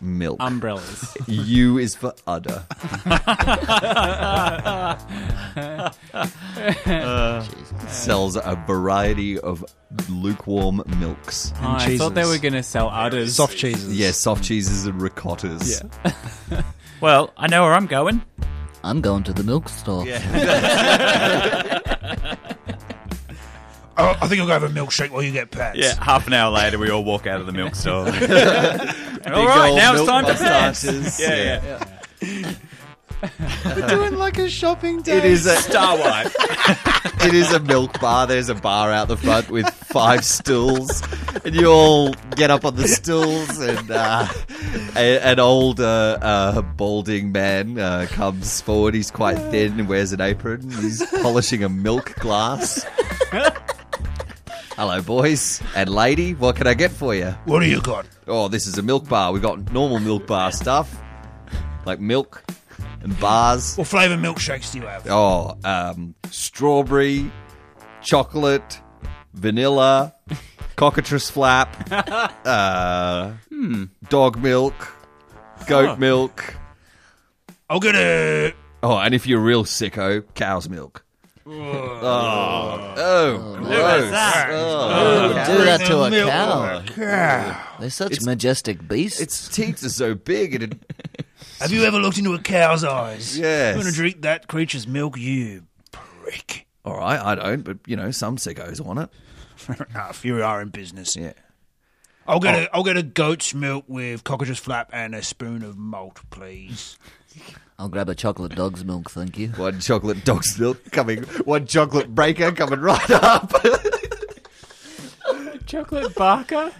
Speaker 5: milk.
Speaker 3: Um,
Speaker 2: Umbrellas.
Speaker 5: U is for
Speaker 3: *laughs*
Speaker 5: udder. sells a variety of lukewarm milks.
Speaker 2: I
Speaker 1: cheeses.
Speaker 2: thought they were going to sell udders.
Speaker 1: Soft cheeses.
Speaker 5: Yeah, soft cheeses and ricottas.
Speaker 1: Yeah.
Speaker 3: Well, I know where I'm going.
Speaker 6: I'm going to the milk store.
Speaker 7: Oh, I, I think I'll go have a milkshake while you get pants.
Speaker 4: Yeah, half an hour later, we all walk out of the
Speaker 5: *laughs*
Speaker 4: milk
Speaker 3: All
Speaker 4: store.
Speaker 3: right, now it's time to
Speaker 5: pass.
Speaker 4: Yeah, yeah.
Speaker 8: Doing like a shopping day.
Speaker 5: It is a Star Wipe. it is a milk bar. There's a bar out the front with five stills, and you all get up on the stills, and uh, a, an old uh, uh, balding man uh, comes forward. He's quite thin and wears an apron. He's polishing a milk glass. Hello, boys and lady. What can I get for you?
Speaker 7: What do you got?
Speaker 5: Oh, this is a milk bar. We got normal milk bar stuff, like milk and bars.
Speaker 7: What flavour milkshakes do you have?
Speaker 5: Oh, um, strawberry, chocolate, *laughs* vanilla, cockatrice *laughs* flap, uh, Hmm. dog milk, goat milk.
Speaker 7: I'll get a.
Speaker 5: Oh, and if you're a real sicko, cow's milk. Oh, oh, gross.
Speaker 6: Don't do that to a
Speaker 7: milk.
Speaker 6: cow. They're such majestic beasts.
Speaker 5: Its teeth are so big, and it,
Speaker 7: Have you ever looked into a cow's eyes?
Speaker 5: yes.
Speaker 7: I'm gonna drink that creature's milk, you prick.
Speaker 5: All right, I don't, but you know, some sickos want it.
Speaker 7: Ah, if you are in business.
Speaker 5: Yeah. Oh.
Speaker 7: I'll get a I'll get a goat's milk with cockatoos flap and a spoon of malt, please.
Speaker 6: I'll grab a chocolate dog's milk, thank you.
Speaker 5: One chocolate dog's milk coming, one chocolate breaker coming right up.
Speaker 2: Chocolate Barker?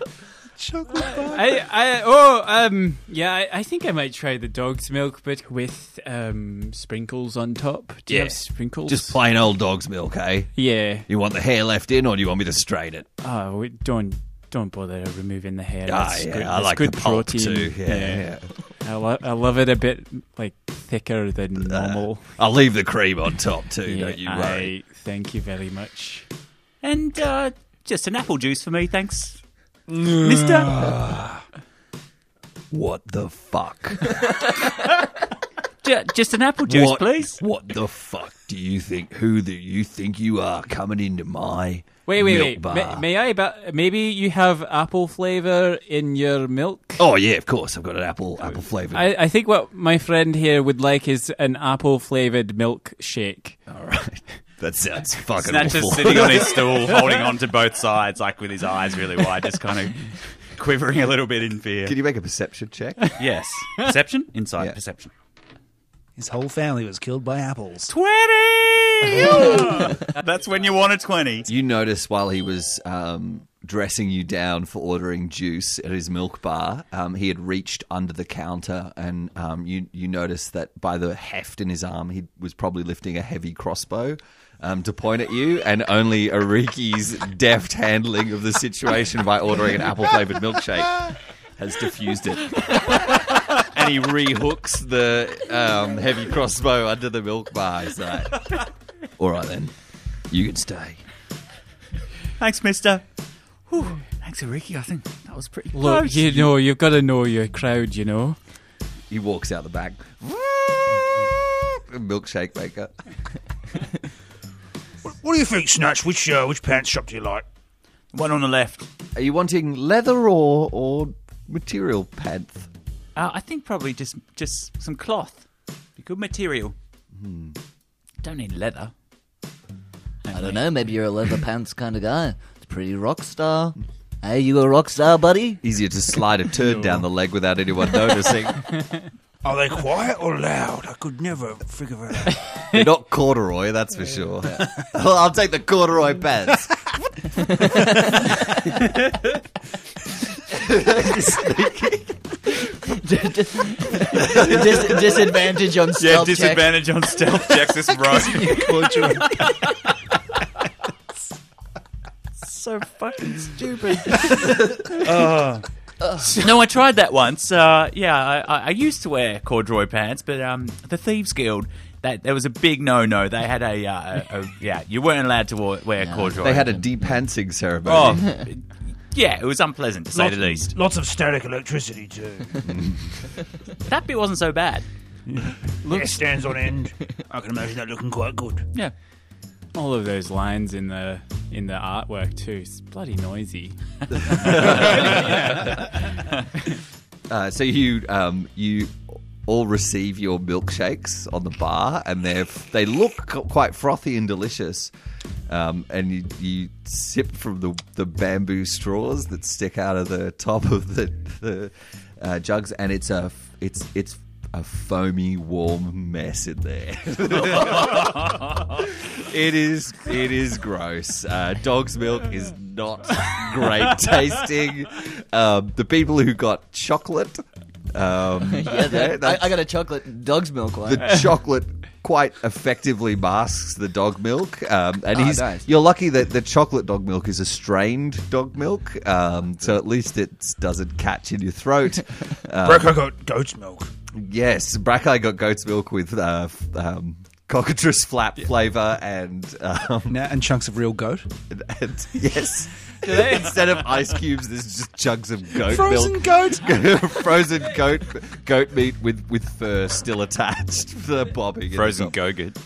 Speaker 2: I, I, oh, um, yeah, I, I think I might try the dog's milk, but with um, sprinkles on top. Do you
Speaker 5: Yeah.
Speaker 2: have sprinkles?
Speaker 5: Just plain old dog's milk, eh?
Speaker 2: Yeah.
Speaker 5: You want the hair left in, or do you want me to straight it?
Speaker 2: Oh, we- don't don't bother removing the hair.
Speaker 5: Ah,
Speaker 2: That's
Speaker 5: yeah,
Speaker 2: good.
Speaker 5: I
Speaker 2: that's
Speaker 5: like
Speaker 2: good
Speaker 5: the pulp
Speaker 2: protein.
Speaker 5: too. Yeah, yeah.
Speaker 2: I, lo- I love it a bit like thicker than normal.
Speaker 5: Uh, I'll leave the cream on top too.
Speaker 2: yeah,
Speaker 5: don't you
Speaker 2: I-
Speaker 5: worry.
Speaker 2: Thank you very much.
Speaker 3: And uh, just an apple juice for me, thanks. Mister,
Speaker 5: What
Speaker 2: *laughs*
Speaker 5: the fuck?
Speaker 3: Ju- just an apple juice,
Speaker 5: what,
Speaker 3: please.
Speaker 5: What the fuck do you think? Who do you think you are coming into my
Speaker 2: Wait, wait,
Speaker 5: milk
Speaker 2: wait.
Speaker 5: Bar?
Speaker 2: May, may I? But maybe you have apple flavor in your milk.
Speaker 5: oh yeah, of course. I've got an apple apple flavored.
Speaker 2: I, I think what my friend here would like is an apple flavored milk shake.
Speaker 5: All right, that
Speaker 2: *laughs*
Speaker 5: sounds fucking
Speaker 4: Snatch
Speaker 5: awful.
Speaker 4: is
Speaker 5: *laughs*
Speaker 4: sitting on his stool, holding on to both sides, like with his eyes really wide, just kind of quivering a little bit in fear.
Speaker 5: Can you make a perception check?
Speaker 4: Yes. Perception? Inside
Speaker 5: Yeah.
Speaker 4: perception.
Speaker 1: His whole family was killed by apples.
Speaker 4: 20! That's when you want a 20.
Speaker 5: You notice while he was um, dressing you down for ordering juice at his milk bar, um, he had reached under the counter, and um, you you notice that by the heft in his arm, he was probably lifting a heavy crossbow. Um, to point at you, and only Ariki's deft handling of the situation by ordering an apple flavored milkshake has diffused it. *laughs* And he rehooks the um, heavy crossbow under the milk bar. He's like, All right, then, you can stay.
Speaker 3: Thanks, mister. Whew, thanks, Ricky. I think that was pretty
Speaker 2: Look,
Speaker 3: close.
Speaker 2: you know, you've got to know your crowd. You know.
Speaker 5: He walks out the back. *laughs* Milkshake maker.
Speaker 7: What do you think, Snatch? Which uh, which pants shop do you like?
Speaker 3: One on the left.
Speaker 5: Are you wanting leather or or material panth?
Speaker 3: Uh, I think probably just just some cloth. Be good material. Don't need leather.
Speaker 2: *laughs*
Speaker 6: I don't know, maybe you're a leather pants kind of guy. Pretty rock star. Are you a rock star, buddy?
Speaker 5: Easier to slide a turd down the leg without anyone noticing.
Speaker 7: Are they quiet or loud? I could never figure it out.
Speaker 5: They're not corduroy, that's for sure. *laughs* well, I'll take the corduroy pants.
Speaker 10: *laughs* Dis- disadvantage on
Speaker 4: Yeah,
Speaker 10: stealth check.
Speaker 4: disadvantage on stealth checks this rogue.
Speaker 3: so fucking stupid. no, I tried that once. Uh, yeah, I, I, I used to wear corduroy pants, but um, the Thieves Guild. That, there was a big no-no. They had a, uh, a, a yeah. You weren't allowed to wa- wear corduroy.
Speaker 5: They had a depantsing ceremony.
Speaker 2: *laughs*
Speaker 4: Oh,
Speaker 3: yeah. It was unpleasant to say the least.
Speaker 7: Lots of static electricity too.
Speaker 5: *laughs*
Speaker 3: That bit wasn't so bad.
Speaker 7: It stands on end. I can imagine that looking quite good.
Speaker 3: Yeah.
Speaker 2: All of those lines in the in the artwork too. It's bloody noisy.
Speaker 5: Uh, so you um, you all receive your milkshakes on the bar, and they they look c- quite frothy and delicious. Um, and you, you sip from the, the bamboo straws that stick out of the top of the, the uh, jugs, and it's a f- it's it's a foamy, warm mess in there. *laughs* it is it is gross. Uh, dog's milk is not great tasting. Um, the people who got chocolate,
Speaker 10: *laughs*
Speaker 5: um,
Speaker 10: Yeah, that-
Speaker 5: okay,
Speaker 10: I,
Speaker 5: that's-
Speaker 10: I got a chocolate dog's milk one.
Speaker 7: *laughs*
Speaker 5: the chocolate quite effectively masks the dog milk. Um, and
Speaker 10: Ah,
Speaker 5: he's,
Speaker 10: nice.
Speaker 5: you're lucky that the chocolate dog milk is a strained dog milk, um, so at least it doesn't catch in your
Speaker 7: *laughs*
Speaker 5: throat.
Speaker 7: Broke I got goat's milk.
Speaker 5: Yes, Brackeye got goat's milk with uh, f- um, cockatrice flap flavour and, um,
Speaker 1: Now, and chunks of real goat.
Speaker 5: *laughs* and yes. Instead of ice cubes, there's just jugs of goat
Speaker 1: Frozen
Speaker 5: milk.
Speaker 1: goat.
Speaker 5: *laughs* frozen goat goat meat with, with fur still attached *laughs* for bobbing.
Speaker 4: frozen Gogurt.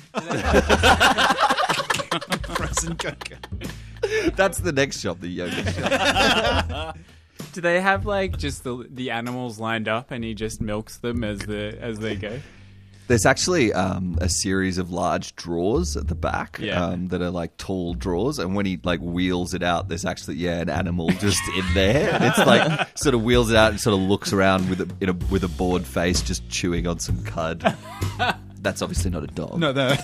Speaker 1: Frozen goat.
Speaker 5: That's the next shop, the yogurt shop.
Speaker 2: Do they have like just the the animals lined up and he just milks them as the as they go?
Speaker 5: There's actually um, a series of large drawers at the back
Speaker 2: Yeah.
Speaker 5: um, that are like tall drawers, and when he like wheels it out, there's actually yeah an animal just in there. And it's like sort of wheels it out and sort of looks around with a, in a with a bored face, just chewing on some cud. That's obviously not a dog.
Speaker 2: No, no.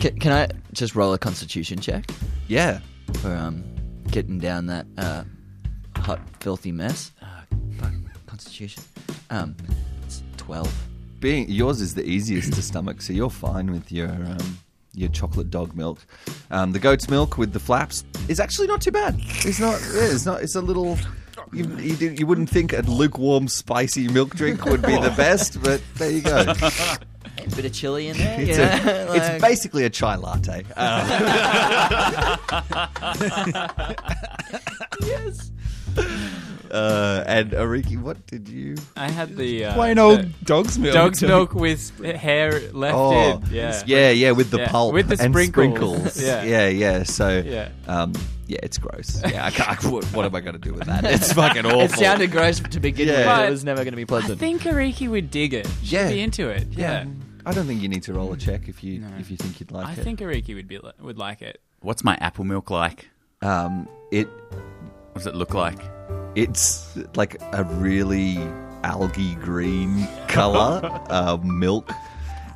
Speaker 10: Can, can I just roll a constitution check
Speaker 5: Yeah.
Speaker 10: for um, getting down that uh, hot, filthy mess? Uh, fuck, constitution. Um, it's 12.
Speaker 5: being yours is the easiest to stomach, so you're fine with your um, your chocolate dog milk. Um, the goat's milk with the flaps is actually not too bad. It's not. Yeah, it's not. It's a little. You, you, do- you wouldn't think a lukewarm, spicy milk drink would be the best, but there you go.
Speaker 10: A bit of chili in there.
Speaker 5: It's,
Speaker 10: yeah,
Speaker 5: a, *laughs* it's basically a chai latte. Uh, Um, *laughs* yes. Uh, and Ariki, what did you?
Speaker 2: I had the uh,
Speaker 1: Plain old
Speaker 2: the
Speaker 1: dog's milk.
Speaker 2: dog's milk with hair left
Speaker 5: Oh,
Speaker 2: in. Yeah.
Speaker 5: yeah, yeah, with the
Speaker 2: Yeah,
Speaker 5: pulp
Speaker 2: with the
Speaker 5: and
Speaker 2: sprinkles.
Speaker 5: sprinkles.
Speaker 2: Yeah.
Speaker 5: yeah, yeah. So,
Speaker 2: Yeah.
Speaker 5: um, yeah, it's gross. Yeah, I can't, what, what am I going to do with that?
Speaker 2: *laughs*
Speaker 5: It's fucking awful.
Speaker 10: It sounded gross to begin
Speaker 5: Yeah.
Speaker 10: with.
Speaker 5: But
Speaker 10: it was never going to be
Speaker 2: I
Speaker 10: pleasant.
Speaker 2: think Ariki would dig it. She'd
Speaker 5: Yeah.
Speaker 2: be into it. Yeah.
Speaker 5: I don't think you need to roll a check if you if you think you'd like
Speaker 2: I
Speaker 5: it.
Speaker 2: think Ariki would be li- would like it.
Speaker 4: What's my apple milk like?
Speaker 5: um, it
Speaker 4: What does it look like?
Speaker 5: it's like a really algae green
Speaker 2: *laughs*
Speaker 5: color uh, milk.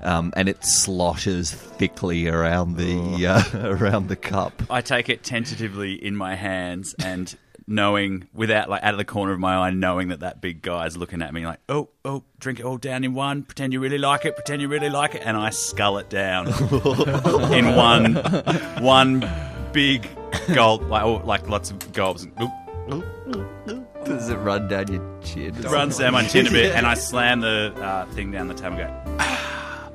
Speaker 5: Um, and it sloshes thickly around the uh, *laughs* around the cup.
Speaker 4: I take it tentatively in my hands and knowing without like out of the corner of my eye knowing that that big guy's looking at me like oh oh drink it all down in one pretend you really like it pretend you really like it and I scull it down in one one big gulp like oh, like lots of gulps and oop,
Speaker 5: Does it run down your chin?
Speaker 4: runs down my chin a bit and I slam the uh, thing down the table and go "Ah,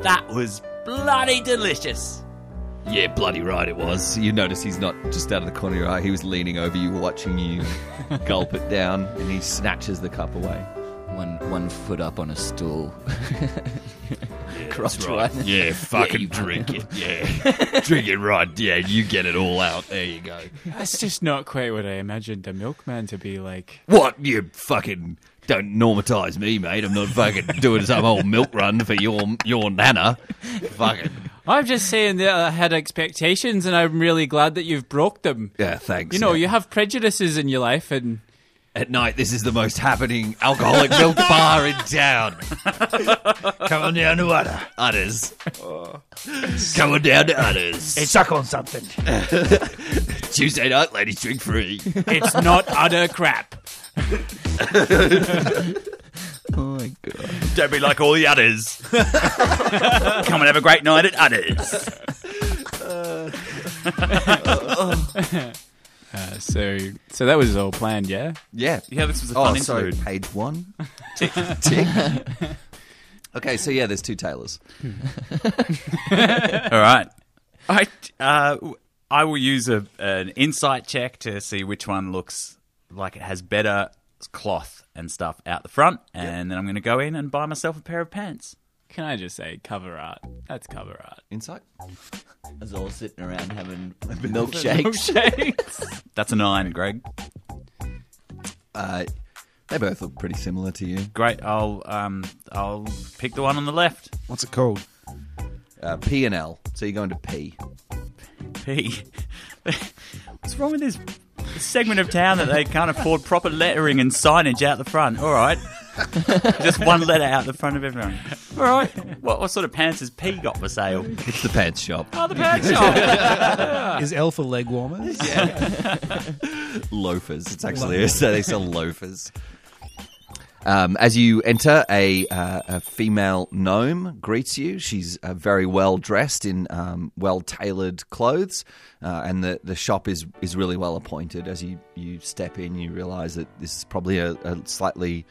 Speaker 4: that was bloody delicious
Speaker 5: Yeah, bloody right it was. You notice he's not just out of the corner of your eye. He was leaning over you, watching
Speaker 2: *laughs*
Speaker 5: you gulp it down, and he snatches the cup away.
Speaker 2: *laughs*
Speaker 10: one, one foot up on a stool. crotch
Speaker 11: That's
Speaker 10: right.
Speaker 11: right. Yeah, fucking drink it. Yeah, drink it right. Yeah, you get it all out. There you go.
Speaker 2: That's just not quite what I imagined a milkman to be like.
Speaker 11: What you fucking don't normatize me, mate. I'm not fucking doing some whole milk run for your your nana. Fucking
Speaker 2: I'm just saying that I had expectations, and I'm really glad that you've broke them.
Speaker 11: yeah, thanks.
Speaker 2: You know,
Speaker 11: yeah.
Speaker 2: you have prejudices in your life, and
Speaker 11: at night this is the most happening alcoholic
Speaker 4: *laughs*
Speaker 11: milk bar in town.
Speaker 7: Come on down to Udder.
Speaker 11: Udders.
Speaker 5: Oh.
Speaker 11: Come on down to Udders.
Speaker 7: Hey, suck on
Speaker 5: *laughs*
Speaker 7: something.
Speaker 11: Tuesday night, ladies drink free.
Speaker 2: it's not utter crap.
Speaker 10: Oh my god.
Speaker 4: Don't be like all
Speaker 5: *laughs*
Speaker 4: the others. Come and have a great night at others.
Speaker 2: Uh, so, so that was all planned, yeah.
Speaker 5: Yeah.
Speaker 4: Yeah, this was a
Speaker 5: Oh,
Speaker 4: fun
Speaker 5: sorry.
Speaker 4: interlude.
Speaker 5: Page
Speaker 4: *laughs*
Speaker 5: one.
Speaker 4: Tick.
Speaker 5: Tick. okay, so yeah, there's two tailors.
Speaker 4: All right. I, uh, w- I will use a, an insight check to see which one looks like it has better cloth and stuff out the front, and then I'm going to go in and buy myself a pair of pants.
Speaker 2: Can I just say cover art? That's cover art.
Speaker 5: Insight.
Speaker 10: Us all sitting around
Speaker 5: *laughs*
Speaker 10: having
Speaker 2: *laughs*
Speaker 10: milkshakes.
Speaker 2: Shakes.
Speaker 4: *laughs* That's a nine, Greg.
Speaker 5: Uh, they both look pretty similar to you.
Speaker 4: Great. I'll um, I'll pick the one on the left.
Speaker 1: What's it called?
Speaker 5: Uh, P and L. So you're going to P.
Speaker 4: P. What's wrong with this segment of town that they can't afford proper lettering and signage out the front? All right. *laughs* Just one letter out the front of everyone. All right. What, what sort of pants has P got for sale?
Speaker 5: It's the pants shop.
Speaker 4: Oh, the pant *laughs* shop.
Speaker 5: Ah.
Speaker 1: Is L for leg warmers?
Speaker 5: loafers. It's actually so they sell loafers. Um, as you enter, a, uh, a female gnome greets you. She's uh, very well dressed in um, well tailored clothes, uh, and the, the shop is, is really well appointed. As you, you step in, you realize that this is probably a, a slightly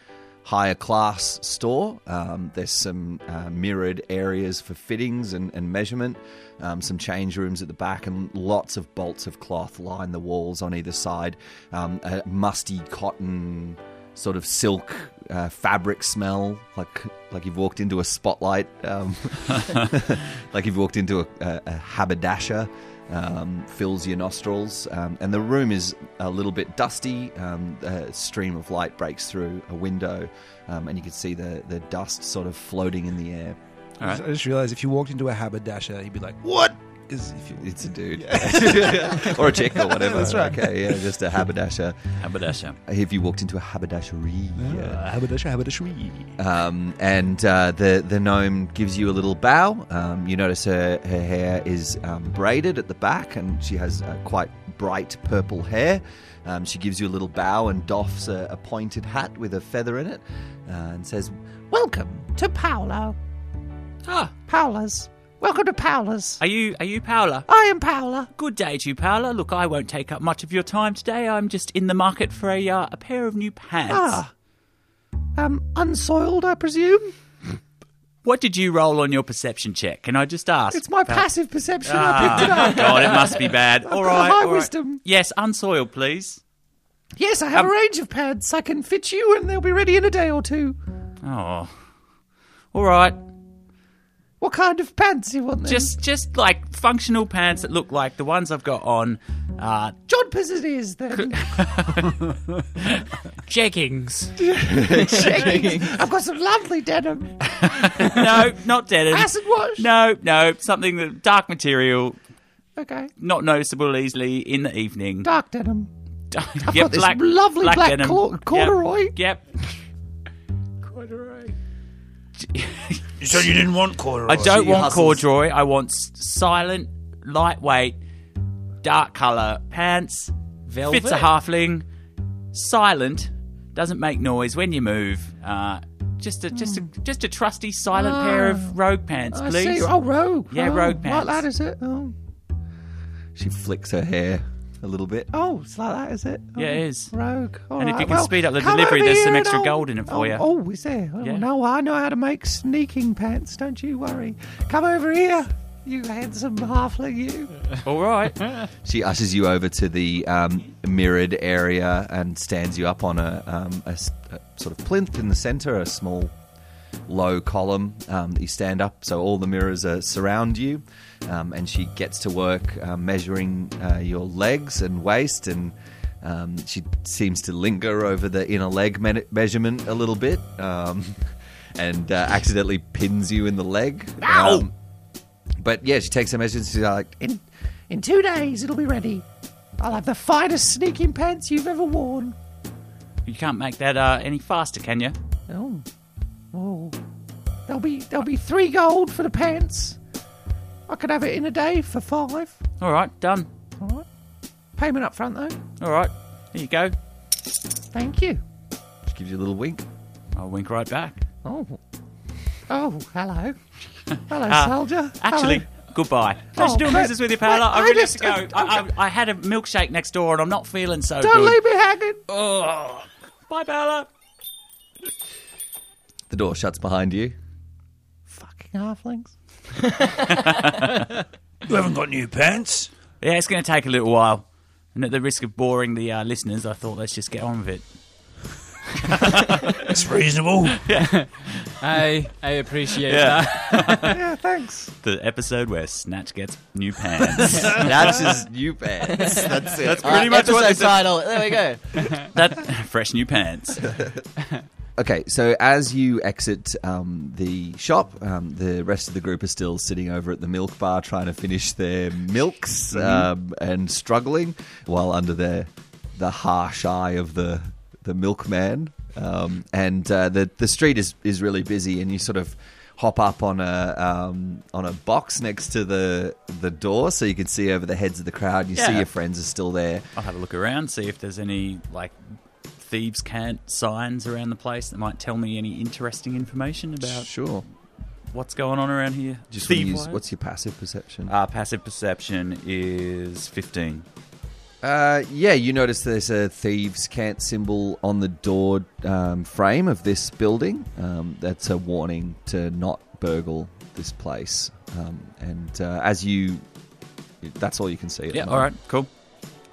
Speaker 5: higher class store. Um, there's some uh, mirrored areas for fittings and, and measurement, um, some change rooms at the back, and lots of bolts of cloth line the walls on either side. Um, a musty cotton sort of silk uh, fabric smell, like like you've walked into a spotlight,
Speaker 1: *laughs*
Speaker 5: um, *laughs* like you've walked into a, a, a haberdasher. Um, fills your nostrils, um, and the room is a little bit dusty. Um, a stream of light breaks through a window, um, and you can see the, the dust sort of floating in the air.
Speaker 4: All right.
Speaker 1: I just realized if you walked into a haberdasher, he'd be like, "What?" Because if you,
Speaker 5: It's a dude, *laughs* or a chick, or whatever.
Speaker 1: That's right.
Speaker 5: Okay, yeah, just a haberdasher.
Speaker 4: Haberdasher.
Speaker 5: If you walked into a haberdashery, yeah.
Speaker 1: uh, haberdasher, haberdashery.
Speaker 5: Um, and uh, the the gnome gives you a little bow. Um, you notice her her hair is um, braided at the back, and she has uh, quite bright purple hair. Um, she gives you a little bow and doffs a, a pointed hat with a feather in it, uh, and says,
Speaker 9: Welcome to Paolo.
Speaker 3: Ah,
Speaker 9: Paola's. Welcome to Paola's.
Speaker 3: are you are you Paola?
Speaker 9: I am Paola.
Speaker 3: Good day to you, Paola. Look, I won't take up much of your time today. I'm just in the market for a uh, a pair of new pants.
Speaker 9: Ah. Um, unsoiled, I presume?
Speaker 3: What did you roll on your perception check? Can I just ask?
Speaker 9: It's my passive perception. I picked it
Speaker 4: Ah,
Speaker 9: up.
Speaker 4: God, it must
Speaker 3: *laughs*
Speaker 4: be bad. All
Speaker 9: got a
Speaker 4: right.
Speaker 9: high
Speaker 4: all right.
Speaker 9: wisdom.
Speaker 3: Yes, unsoiled, please.
Speaker 9: Yes, I
Speaker 3: Um,
Speaker 9: have a range of pads. I can fit you, and they'll be ready in a day or two.
Speaker 3: Oh. All right.
Speaker 9: What kind of pants do you want? Then?
Speaker 3: Just just like functional pants that look like the ones I've got on. Uh,
Speaker 9: John it is
Speaker 3: *laughs*
Speaker 9: then. *laughs*
Speaker 2: Jeggings.
Speaker 9: I've got some lovely denim, *laughs*
Speaker 3: no, not denim.
Speaker 9: acid wash.
Speaker 3: No, no, something that dark material,
Speaker 9: Okay,
Speaker 3: not noticeable easily in the evening.
Speaker 9: dark denim.
Speaker 3: I've
Speaker 9: got this lovely black cor- corduroy.
Speaker 3: Yep.
Speaker 7: You said you didn't want corduroy.
Speaker 3: I don't
Speaker 5: she
Speaker 3: want
Speaker 5: hustles.
Speaker 3: corduroy. I want s- silent, lightweight, dark color pants.
Speaker 2: Velvet.
Speaker 3: Fits a halfling. Silent. Doesn't make noise when you move. Uh, just a just a just a trusty silent pair of rogue pants,
Speaker 9: Hmm. Ah. I
Speaker 3: please.
Speaker 9: see. Oh, rogue.
Speaker 3: Yeah,
Speaker 9: oh,
Speaker 3: rogue pants.
Speaker 9: Like that is it? Oh,
Speaker 5: She flicks her hair a little bit.
Speaker 9: oh, it's like that is it? Oh,
Speaker 3: Yeah, it is.
Speaker 9: Rogue. All
Speaker 3: And if you
Speaker 9: right,
Speaker 3: can
Speaker 9: well,
Speaker 3: speed up the
Speaker 9: come
Speaker 3: delivery,
Speaker 9: over
Speaker 3: there's
Speaker 9: here
Speaker 3: some
Speaker 9: and
Speaker 3: extra
Speaker 9: I'll-
Speaker 3: gold in it for
Speaker 9: oh,
Speaker 3: you.
Speaker 9: Oh, is there? Oh,
Speaker 3: Yeah.
Speaker 9: No, I know how to make sneaking pants. Don't you worry. Come over here, you handsome halfling. You.
Speaker 3: All right.
Speaker 5: She ushers you over to the um, mirrored area and stands you up on a, um, a s- a sort of plinth in the center, a small low column um, that you stand up, so all the mirrors uh, surround you. Um, and she gets to work uh, measuring uh, your legs and waist, and um, she seems to linger over the inner leg me- measurement a little bit, um, *laughs* and uh, accidentally pins you in the leg.
Speaker 9: Ow!
Speaker 5: Um, but yeah, she takes her measurements. She's like,
Speaker 9: In in two days, it'll be ready. I'll have the finest sneaking pants you've ever worn.
Speaker 3: You can't make that uh, any faster, can you?
Speaker 9: Oh, oh, there'll be there'll be three gold for the pants. I could have it in a day for five.
Speaker 3: All right, done.
Speaker 9: All right, payment up front though.
Speaker 3: All right, there you go.
Speaker 9: Thank you.
Speaker 5: she gives you a little wink.
Speaker 3: I'll wink right back.
Speaker 9: Oh, oh, hello, hello,
Speaker 3: Uh,
Speaker 9: soldier.
Speaker 3: Actually,
Speaker 9: Hello.
Speaker 3: goodbye. Thanks
Speaker 9: Oh,
Speaker 3: for doing
Speaker 9: but-
Speaker 3: business with you, pal. I,
Speaker 9: I
Speaker 3: really
Speaker 9: just-
Speaker 3: have to go. I, I, I had a milkshake next door and I'm not feeling so
Speaker 9: don't
Speaker 3: good.
Speaker 9: leave me hanging.
Speaker 3: Oh. Bye, Bella.
Speaker 5: The door shuts behind *laughs* you.
Speaker 9: Halflings.
Speaker 3: You haven't got new pants? Yeah, it's going to take a little while. And at the risk of boring the uh, listeners, I thought let's just get on with it.
Speaker 7: That's reasonable.
Speaker 3: Yeah.
Speaker 2: I I appreciate
Speaker 3: Yeah.
Speaker 2: that.
Speaker 9: yeah, thanks.
Speaker 4: The episode where Snatch gets new
Speaker 5: *laughs*
Speaker 4: pants.
Speaker 5: Snatch's new pants. That's it.
Speaker 4: That's pretty
Speaker 5: Uh,
Speaker 4: much what
Speaker 5: episode
Speaker 4: this is.
Speaker 5: title. There we go.
Speaker 4: *laughs* that fresh new pants.
Speaker 5: Okay, so as you exit um, the shop, um, the rest of the group are still sitting over at the milk bar trying to finish their milks
Speaker 4: Mm-hmm.
Speaker 5: um, and struggling while under the, the harsh eye of the, the milkman. Um, and uh, the, the street is, is really busy, and you sort of hop up on a um, on a box next to the the door so you can see over the heads of the crowd. You see
Speaker 4: Yeah.
Speaker 5: your friends are still there.
Speaker 4: I'll have a look around, see if there's any like thieves can't signs around the place that might tell me any interesting information about
Speaker 5: sure
Speaker 4: what's going on around here.
Speaker 5: Just wanna use,
Speaker 4: Thief-wise?
Speaker 5: what's your passive perception?
Speaker 4: Uh, passive perception is 15.
Speaker 5: Uh, yeah, you notice there's a thieves' cant symbol on the door um, frame of this building. Um, that's a warning to not burgle this place. Um, and uh, as you, that's all you can see. At the
Speaker 4: Yeah,
Speaker 5: moment.
Speaker 4: all right, cool.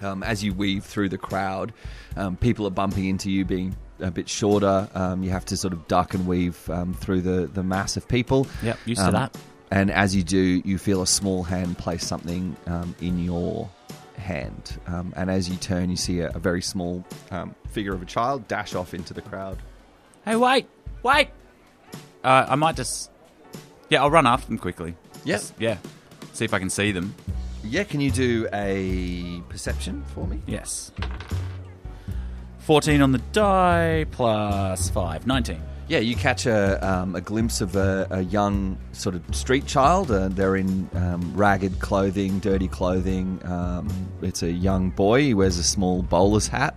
Speaker 5: Um, as you weave through the crowd, um, people are bumping into you, being a bit shorter. Um, you have to sort of duck and weave um, through the the mass of people. Um,
Speaker 4: Yep, used to that.
Speaker 5: And as you do, you feel a small hand place something um, in your hand. Um, and as you turn, you see a, a very small um, figure of a child dash off into the crowd.
Speaker 3: Hey, wait, wait.
Speaker 4: Uh, I might just. Yeah, I'll run after them quickly.
Speaker 5: Yep.
Speaker 4: Just- Yeah. See if I can see them.
Speaker 5: Yeah, can you do a perception for me?
Speaker 4: Yes. 14 on the die plus 5, 19.
Speaker 5: Yeah, you catch a, um, a glimpse of a, a young sort of street child. Uh, they're in um, ragged clothing, dirty clothing. Um, it's a young boy. He wears a small bowler's hat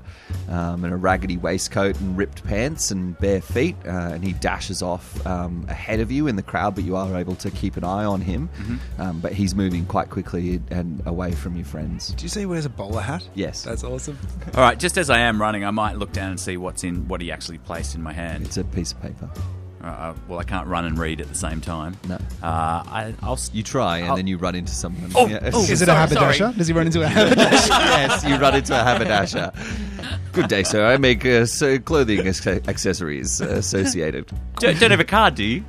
Speaker 5: um, and a raggedy waistcoat and ripped pants and bare feet. Uh, and he dashes off um, ahead of you in the crowd, but you are able to keep an eye on him.
Speaker 4: Mm-hmm.
Speaker 5: Um, but he's moving quite quickly and away from your friends.
Speaker 1: Do you say he wears a bowler hat?
Speaker 5: Yes.
Speaker 1: That's awesome.
Speaker 4: All right, just as I am running, I might look down and see what's in what he actually placed in my hand.
Speaker 5: It's a piece of paper.
Speaker 4: All right, I- well, I can't run and read at the same time.
Speaker 5: No.
Speaker 4: Uh, I, I'll. s-
Speaker 5: You try, and
Speaker 4: I'll-
Speaker 5: then you run into someone.
Speaker 4: Oh,
Speaker 5: Yeah. *laughs*
Speaker 4: oh,
Speaker 1: Is it a haberdasher? Does he run into a haberdasher?
Speaker 5: yes, you run into a haberdasher. Good day, sir. I make uh, so clothing ac- accessories uh, associated.
Speaker 4: Don't, don't have a card, do you?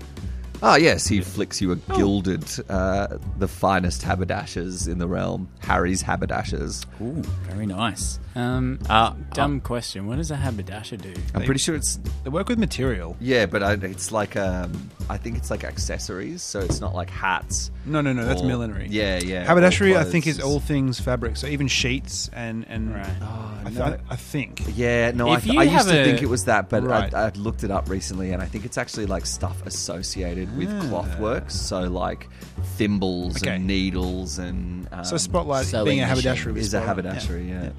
Speaker 5: Ah, yes, he flicks you a gilded, uh, the finest haberdashers in the realm, Harry's haberdashers.
Speaker 4: Ooh, very nice.
Speaker 2: Um,
Speaker 4: Uh,
Speaker 2: dumb question. What does a haberdasher do?
Speaker 5: I'm pretty sure it's
Speaker 1: They work with material.
Speaker 5: yeah, but I, it's like um, I think it's like accessories, so it's not like hats.
Speaker 1: No, no, no. That's
Speaker 5: Or-
Speaker 1: millinery.
Speaker 5: Yeah, yeah. or
Speaker 1: Haberdashery, I think,
Speaker 5: clothes.
Speaker 1: is all things fabric. So even sheets and and
Speaker 2: Oh.
Speaker 5: Oh,
Speaker 1: I, th-
Speaker 5: no.
Speaker 1: I think
Speaker 5: Yeah, no, I,
Speaker 2: If
Speaker 5: th-
Speaker 2: you
Speaker 5: I used
Speaker 2: have
Speaker 5: to
Speaker 2: a-
Speaker 5: think it was that, but
Speaker 1: Right.
Speaker 5: I, I looked it up recently, and I think it's actually like stuff associated with cloth works. So like thimbles
Speaker 1: Okay.
Speaker 5: and needles and um,
Speaker 1: so. Spotlight
Speaker 6: sewing
Speaker 1: being a
Speaker 6: machine
Speaker 1: haberdashery was
Speaker 5: is a
Speaker 1: spotlight.
Speaker 5: haberdashery. Yeah.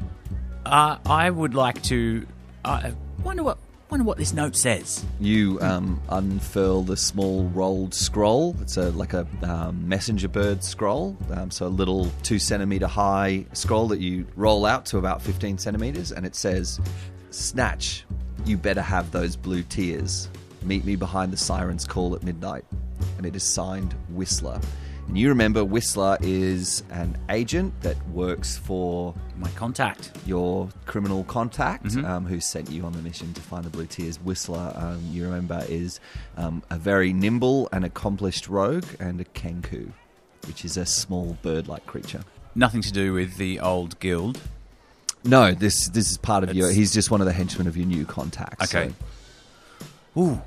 Speaker 3: Uh, I would like to. I wonder what wonder what this note says.
Speaker 5: You um, unfurl the small rolled scroll. It's a like a um, messenger bird scroll, um, so a little two centimeter high scroll that you roll out to about fifteen centimeters, and it says, "Snatch, you better have those blue tears. Meet me behind the siren's call at midnight." And it is signed Whistler. And you remember Whistler is an agent that works for
Speaker 3: my contact,
Speaker 5: your criminal contact,
Speaker 4: Mm-hmm.
Speaker 5: um, who sent you on the mission to find the Blue Tears. Whistler, um, you remember, is um, a very nimble and accomplished rogue, and a kenku, which is a small bird-like creature.
Speaker 3: Nothing to do with the old
Speaker 4: *laughs*
Speaker 3: guild.
Speaker 5: No, this this is part of your. He's just one of the henchmen of your new contacts.
Speaker 3: Okay.
Speaker 5: Ooh.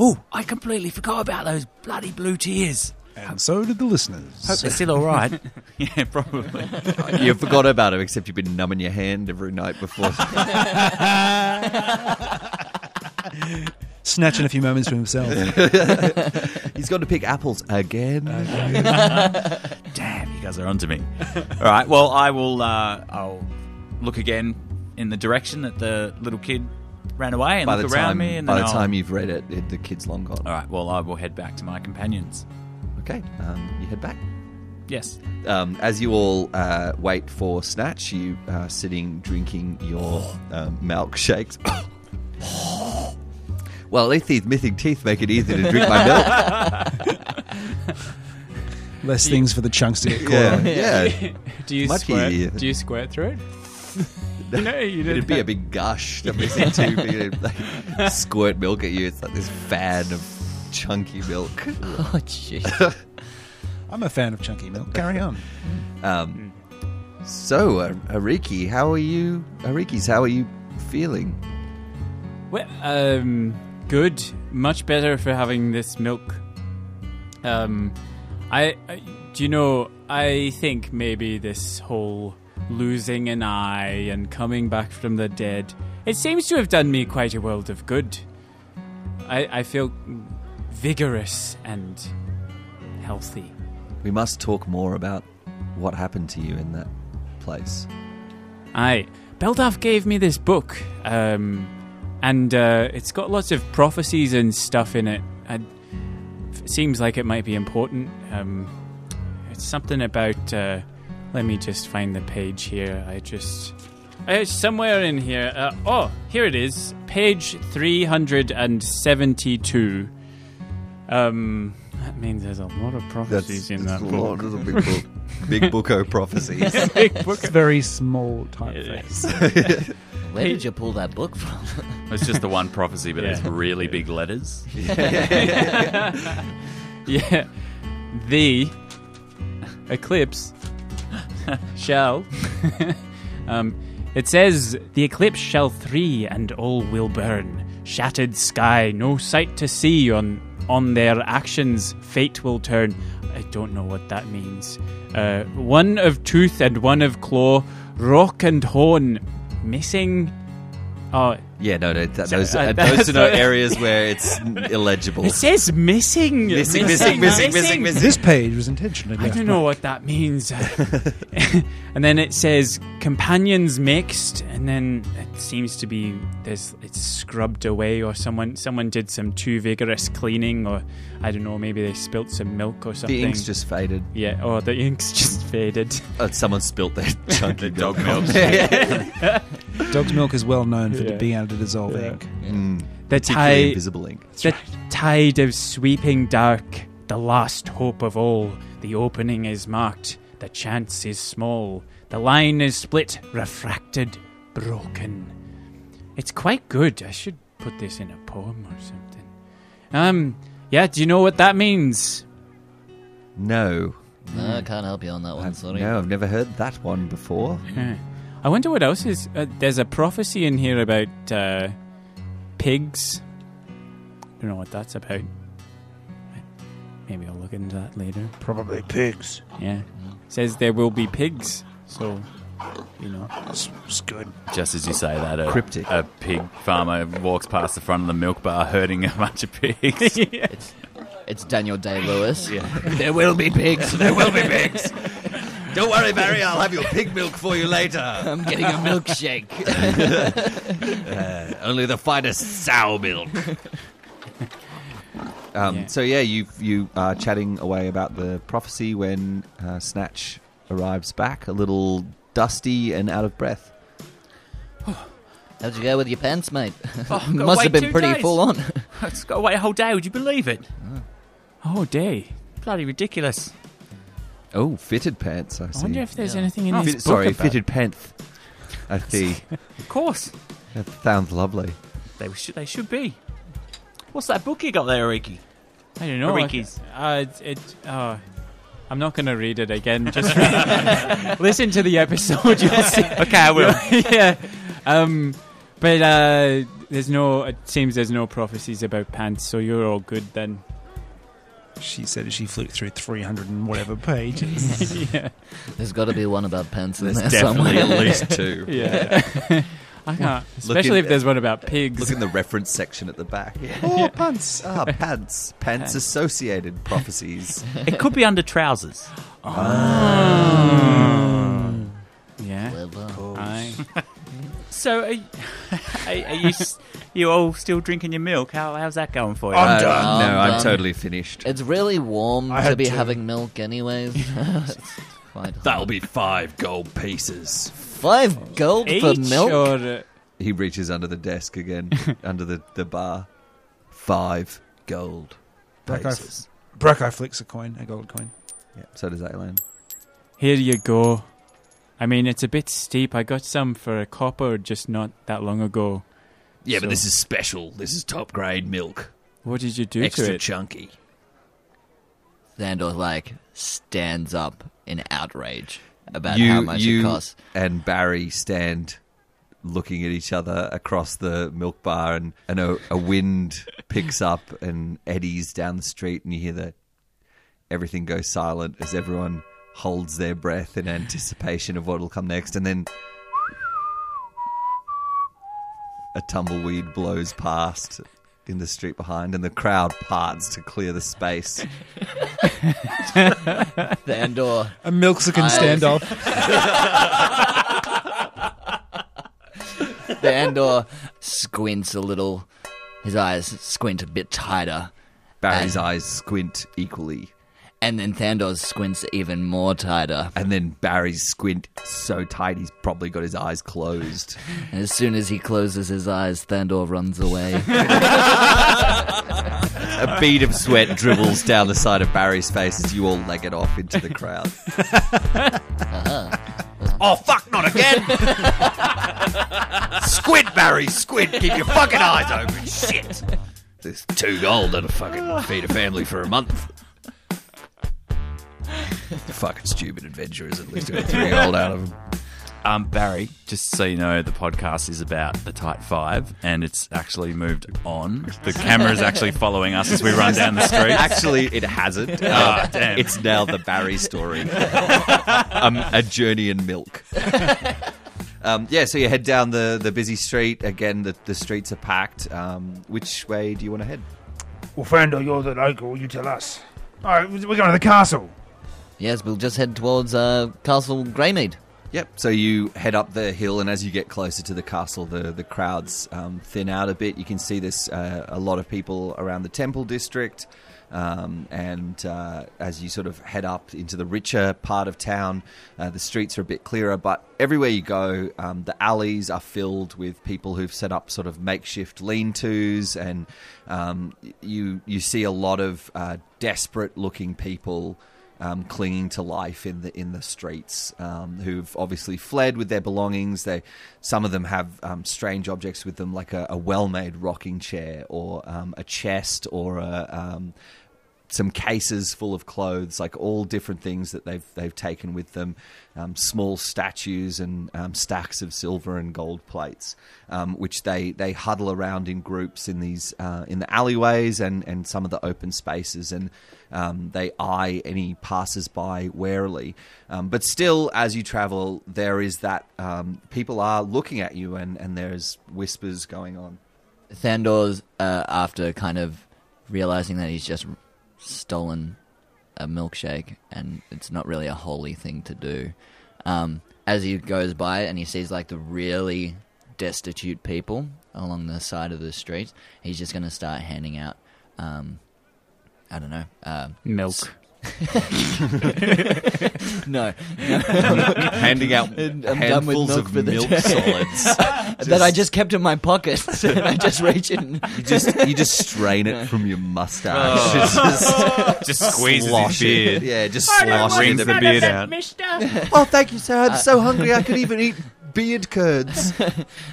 Speaker 3: Oh, I completely forgot about those bloody blue tears.
Speaker 1: And so did the listeners.
Speaker 3: Hope they're still all right. yeah, probably.
Speaker 5: You forgot about him, except you've been numbing your hand every night
Speaker 4: *laughs*
Speaker 5: before.
Speaker 1: Snatching a few moments to
Speaker 5: *laughs*
Speaker 1: himself.
Speaker 5: He's got to pick apples again.
Speaker 4: Uh, Damn, you guys are onto me. All right. Well, I will. Uh, I'll look again in the direction that the little kid ran away and
Speaker 5: by the
Speaker 4: look
Speaker 5: time,
Speaker 4: around me. And
Speaker 5: by
Speaker 4: then
Speaker 5: the
Speaker 4: I'll- Oh.
Speaker 5: time you've read it, it, the kid's long gone.
Speaker 4: All right. Well, I will head back to my companions.
Speaker 5: Okay, um, you head back.
Speaker 4: Yes.
Speaker 5: Um, as you all uh, wait for Snatch, you are sitting drinking your um, milkshakes. *coughs* well, at least these missing teeth make it easier to drink my milk.
Speaker 1: Less things for the chunks to get caught
Speaker 5: Yeah,
Speaker 1: on.
Speaker 5: yeah.
Speaker 2: do *laughs* you
Speaker 5: Much
Speaker 2: squirt?
Speaker 5: easier.
Speaker 2: Do you squirt through it?
Speaker 5: *laughs*
Speaker 2: you know, you did
Speaker 5: It'd be a big gush
Speaker 2: *laughs*
Speaker 5: that missing too big. Like, squirt milk at you. It's like this fan of chunky milk.
Speaker 1: Oh, jeez. I'm a fan of chunky milk.
Speaker 2: *laughs*
Speaker 1: Carry on.
Speaker 5: Um, so, uh, Ariki, how are you? Arikis, how are you feeling?
Speaker 2: Well, um, good. Much better for having this milk. Um, I, I do you know? I think maybe this whole losing an eye and coming back from the dead. It seems to have done me quite a world of good. I, I feel vigorous and healthy.
Speaker 5: We must talk more about what happened to you in that place.
Speaker 2: Aye. Beldaf gave me this book, um, and uh, it's got lots of prophecies and stuff in it. And it seems like it might be important. Um, it's something about. Uh, let me just find the page here. I just. Uh, It's somewhere in here. Uh, oh, here it is. Page 372. Um, that means there's a lot of prophecies in that
Speaker 5: a
Speaker 2: book.
Speaker 5: lot. That's a big book. Big booko prophecies.
Speaker 2: Big book.
Speaker 1: Very small typeface.
Speaker 6: Where did you pull that book from?
Speaker 4: It's just the one prophecy, but it's
Speaker 2: Yeah.
Speaker 4: really big letters.
Speaker 2: *laughs* yeah. The
Speaker 5: *laughs*
Speaker 2: eclipse shall. um, it says the eclipse shall three and all will burn. Shattered sky, no sight to see on on their actions. Fate will turn. I don't know what that means. Uh, one of tooth and one of claw, rock and horn, missing. Oh,
Speaker 5: *laughs* Yeah, no, no that,
Speaker 2: So,
Speaker 5: those,
Speaker 2: uh, *laughs*
Speaker 5: uh,
Speaker 2: that's
Speaker 5: those are no
Speaker 2: what-
Speaker 5: areas where
Speaker 2: *laughs*
Speaker 5: it's n- illegible.
Speaker 2: it says missing.
Speaker 5: Missing, missing, missing, missing, missing.
Speaker 1: This page was intentionally.
Speaker 2: I
Speaker 1: left
Speaker 2: don't know
Speaker 1: blank.
Speaker 2: what that
Speaker 5: *laughs*
Speaker 2: means. and then it says companions mixed, and then it seems to be there's it's scrubbed away, or someone someone did some too vigorous cleaning, or I don't know, maybe they spilt some milk or something.
Speaker 5: the ink's just faded.
Speaker 2: yeah, or the *laughs* ink's just faded.
Speaker 5: Uh, someone
Speaker 2: *laughs*
Speaker 5: spilt their chunky
Speaker 4: dog
Speaker 5: on
Speaker 4: milk.
Speaker 5: there.
Speaker 1: Dog's milk is well known for
Speaker 2: Yeah.
Speaker 1: being able to dissolve ink.
Speaker 5: Mm,
Speaker 2: The *laughs* tie,
Speaker 5: particularly invisible ink.
Speaker 2: the tide of sweeping dark, the last hope of all. The opening is marked. The chance is small. The line is split, refracted, broken. It's quite good. I should put this in a poem or something. Um, yeah. Do you know what that means? *laughs*
Speaker 5: No,
Speaker 6: no, I can't help you on that one. Sorry.
Speaker 5: Hmm. no, I've never heard that one before.
Speaker 2: Huh. I wonder what else is. Uh, there's a prophecy in here about uh, pigs. Don't know what that's about. Maybe I'll look into that later.
Speaker 7: Probably pigs.
Speaker 2: Yeah. Says there will be pigs. So, you know.
Speaker 7: That's, that's good.
Speaker 4: Just as you say that, a,
Speaker 5: Cryptic.
Speaker 4: a pig farmer walks past the front of the milk bar herding a bunch of pigs.
Speaker 6: It's, it's Daniel Day Lewis.
Speaker 5: There will be *laughs* pigs. There will be pigs. Don't worry, Barry. *laughs* I'll have your pig milk for you later.
Speaker 6: I'm getting a milkshake.
Speaker 5: *laughs* Only the finest
Speaker 2: *laughs*
Speaker 5: sow milk. Um,
Speaker 2: Yeah.
Speaker 5: So yeah, you you are chatting away about the prophecy when uh, Snatch arrives back, a little dusty and out of breath.
Speaker 6: *laughs* How'd you go with your pants, mate?
Speaker 3: Oh, I've gotta
Speaker 6: Must have
Speaker 3: wait
Speaker 6: been
Speaker 3: two
Speaker 6: pretty
Speaker 3: days.
Speaker 6: full on. *laughs*
Speaker 3: I just got away a whole day. Would you believe it?
Speaker 2: Oh, day.
Speaker 3: Bloody ridiculous.
Speaker 5: Oh, fitted pants. I, see.
Speaker 2: wonder if there's Yeah. anything in
Speaker 5: Oh,
Speaker 2: this
Speaker 5: fit-
Speaker 2: book
Speaker 5: Sorry,
Speaker 2: about-
Speaker 5: fitted pants. I see.
Speaker 2: *laughs*
Speaker 12: Of course.
Speaker 5: that sounds lovely.
Speaker 12: They should, they should be. What's that book you got there, Ariki?
Speaker 2: I don't know.
Speaker 3: *laughs*
Speaker 12: Arikis.
Speaker 2: Uh, it's- it, uh, I'm not going to read it again. Just *laughs* listen to the
Speaker 12: *laughs*
Speaker 2: episode. You'll see.
Speaker 12: Okay, I will.
Speaker 2: *laughs* yeah. Um, but uh, there's no. It seems there's no prophecies about pants, so you're all good then.
Speaker 1: She said as she flipped through 300 and whatever
Speaker 2: *laughs*
Speaker 1: pages.
Speaker 2: yeah.
Speaker 6: There's got to be one about pants in
Speaker 2: There's
Speaker 6: there
Speaker 2: definitely
Speaker 6: somewhere.
Speaker 2: at least
Speaker 5: *laughs*
Speaker 2: two. Yeah. *laughs* I can't- especially if there's one about pigs.
Speaker 13: Look in the reference section at the back.
Speaker 5: *laughs*
Speaker 12: Oh, Yeah.
Speaker 13: pants. Ah, pants. Pants
Speaker 12: Pants.
Speaker 13: associated prophecies.
Speaker 12: It could be under trousers.
Speaker 3: Ah.
Speaker 2: Yeah. Aye.
Speaker 12: *laughs* So, are, y- *laughs* are, are you s- you all still drinking your milk? How, how's that going for you?
Speaker 5: *laughs* I'm done. Uh, No, I'm totally
Speaker 6: finished. It's really warm
Speaker 5: I
Speaker 6: to
Speaker 5: had
Speaker 6: be
Speaker 5: to.
Speaker 6: having milk, anyways. *laughs* It's quite
Speaker 5: That'll be five gold pieces.
Speaker 6: Five gold for milk?
Speaker 5: He reaches under the desk *laughs* again, under the, the bar. Five gold
Speaker 1: Bracco,
Speaker 5: pieces.
Speaker 1: f- Bracco flicks a coin, a gold coin.
Speaker 5: Yeah, so does Alan.
Speaker 2: Here you go. I mean, it's a bit steep. I got some for a copper just not that long ago.
Speaker 5: Yeah, but
Speaker 2: So-
Speaker 5: this is special. This is top grade milk.
Speaker 2: What did you do
Speaker 5: Extra
Speaker 2: to
Speaker 1: *laughs*
Speaker 2: it?
Speaker 5: chunky.
Speaker 6: Thandor, like, stands up in outrage about
Speaker 5: you,
Speaker 6: how much
Speaker 5: you
Speaker 6: it costs.
Speaker 5: and Barry stand looking at each other across the milk bar, and, and a,
Speaker 6: *laughs*
Speaker 5: a wind picks up and eddies down the street, and you hear that everything goes silent as everyone holds their breath in anticipation of what will come next, and then a tumbleweed blows past in the street behind, and the crowd parts to clear
Speaker 6: *laughs*
Speaker 5: the space.
Speaker 6: Thandor.
Speaker 1: A milksican
Speaker 6: I-
Speaker 1: standoff.
Speaker 6: Thandor squints a little. His eyes squint a bit tighter.
Speaker 5: Barry's eyes squint equally.
Speaker 6: And then Thandor's squints even more tighter.
Speaker 5: And then Barry's squint so tight he's probably got his eyes closed.
Speaker 6: And as soon as he closes his eyes, Thandor runs away.
Speaker 5: A bead of sweat dribbles down the side of Barry's face as you all leg it off into
Speaker 14: *laughs*
Speaker 5: the crowd.
Speaker 14: Oh, fuck, not
Speaker 3: *laughs*
Speaker 14: again!
Speaker 5: squid, Barry, squid! Keep your fucking eyes open, shit!
Speaker 14: There's two gold that'll fucking feed a family for a month.
Speaker 5: Fucking stupid adventurers, at least I got three gold out of them.
Speaker 3: Um, Barry, just so you know, the podcast is about the tight five, and it's actually moved on. The camera is actually following us as we run down the street.
Speaker 5: Actually, it hasn't.
Speaker 3: *laughs* Ah,
Speaker 5: Uh,
Speaker 3: damn.
Speaker 5: It's now the Barry
Speaker 3: *laughs*
Speaker 5: story. um, a journey in milk. um, yeah, so you head down the, the busy street. Again, the, the streets are packed. Um, which way do you want to head?
Speaker 7: Well, Fando, you're the local. You tell us. All right, we're going to the castle.
Speaker 6: yes, we'll just head towards uh, Castle Greymead.
Speaker 5: Yep. So you head up the hill, and as you get closer to the castle, the the crowds um, thin out a bit. You can see there's uh, a lot of people around the temple district, um, and uh, as you sort of head up into the richer part of town, uh, the streets are a bit clearer. But everywhere you go, um, the alleys are filled with people who've set up sort of makeshift lean-tos, and um, you you see a lot of uh, desperate-looking people um, clinging to life in the in the streets, um, who've obviously fled with their belongings. They some of them have um, strange objects with them, like a, a well-made rocking chair or um, a chest or a. Um, some cases full of clothes, like all different things that they've they've taken with them, um, small statues and um, stacks of silver and gold plates, um, which they, they huddle around in groups in these uh, in the alleyways and, and some of the open spaces, and um, they eye any passersby warily. Um, but still, as you travel, there is that um, people are looking at you, and, and there's whispers going on.
Speaker 6: Thandor's, uh, after kind of realizing that he's just stolen a milkshake and it's not really a holy thing to do, um, as he goes by and he sees like the really destitute people along the side of the street, he's just going to start handing out, um, I don't know, um,
Speaker 2: Milk.
Speaker 6: no, no.
Speaker 5: Handing
Speaker 6: *laughs*
Speaker 5: out *laughs*
Speaker 6: I'm done with
Speaker 5: handfuls
Speaker 6: milk
Speaker 5: of
Speaker 6: for the
Speaker 5: milk
Speaker 6: day.
Speaker 5: solids.
Speaker 6: that I just kept in my pocket. *laughs* and I just reach in. *laughs*
Speaker 5: You just *laughs* you just strain it from your mustache.
Speaker 4: Oh.
Speaker 5: It's just,
Speaker 4: Just squeezes
Speaker 5: slosh
Speaker 4: his
Speaker 5: It.
Speaker 4: beard.
Speaker 5: Yeah, just
Speaker 4: I don't
Speaker 5: slosh
Speaker 4: want
Speaker 5: it.
Speaker 4: none of that,
Speaker 15: mister.
Speaker 5: oh, thank you, sir. I'm so hungry *laughs* I could even eat beard curds.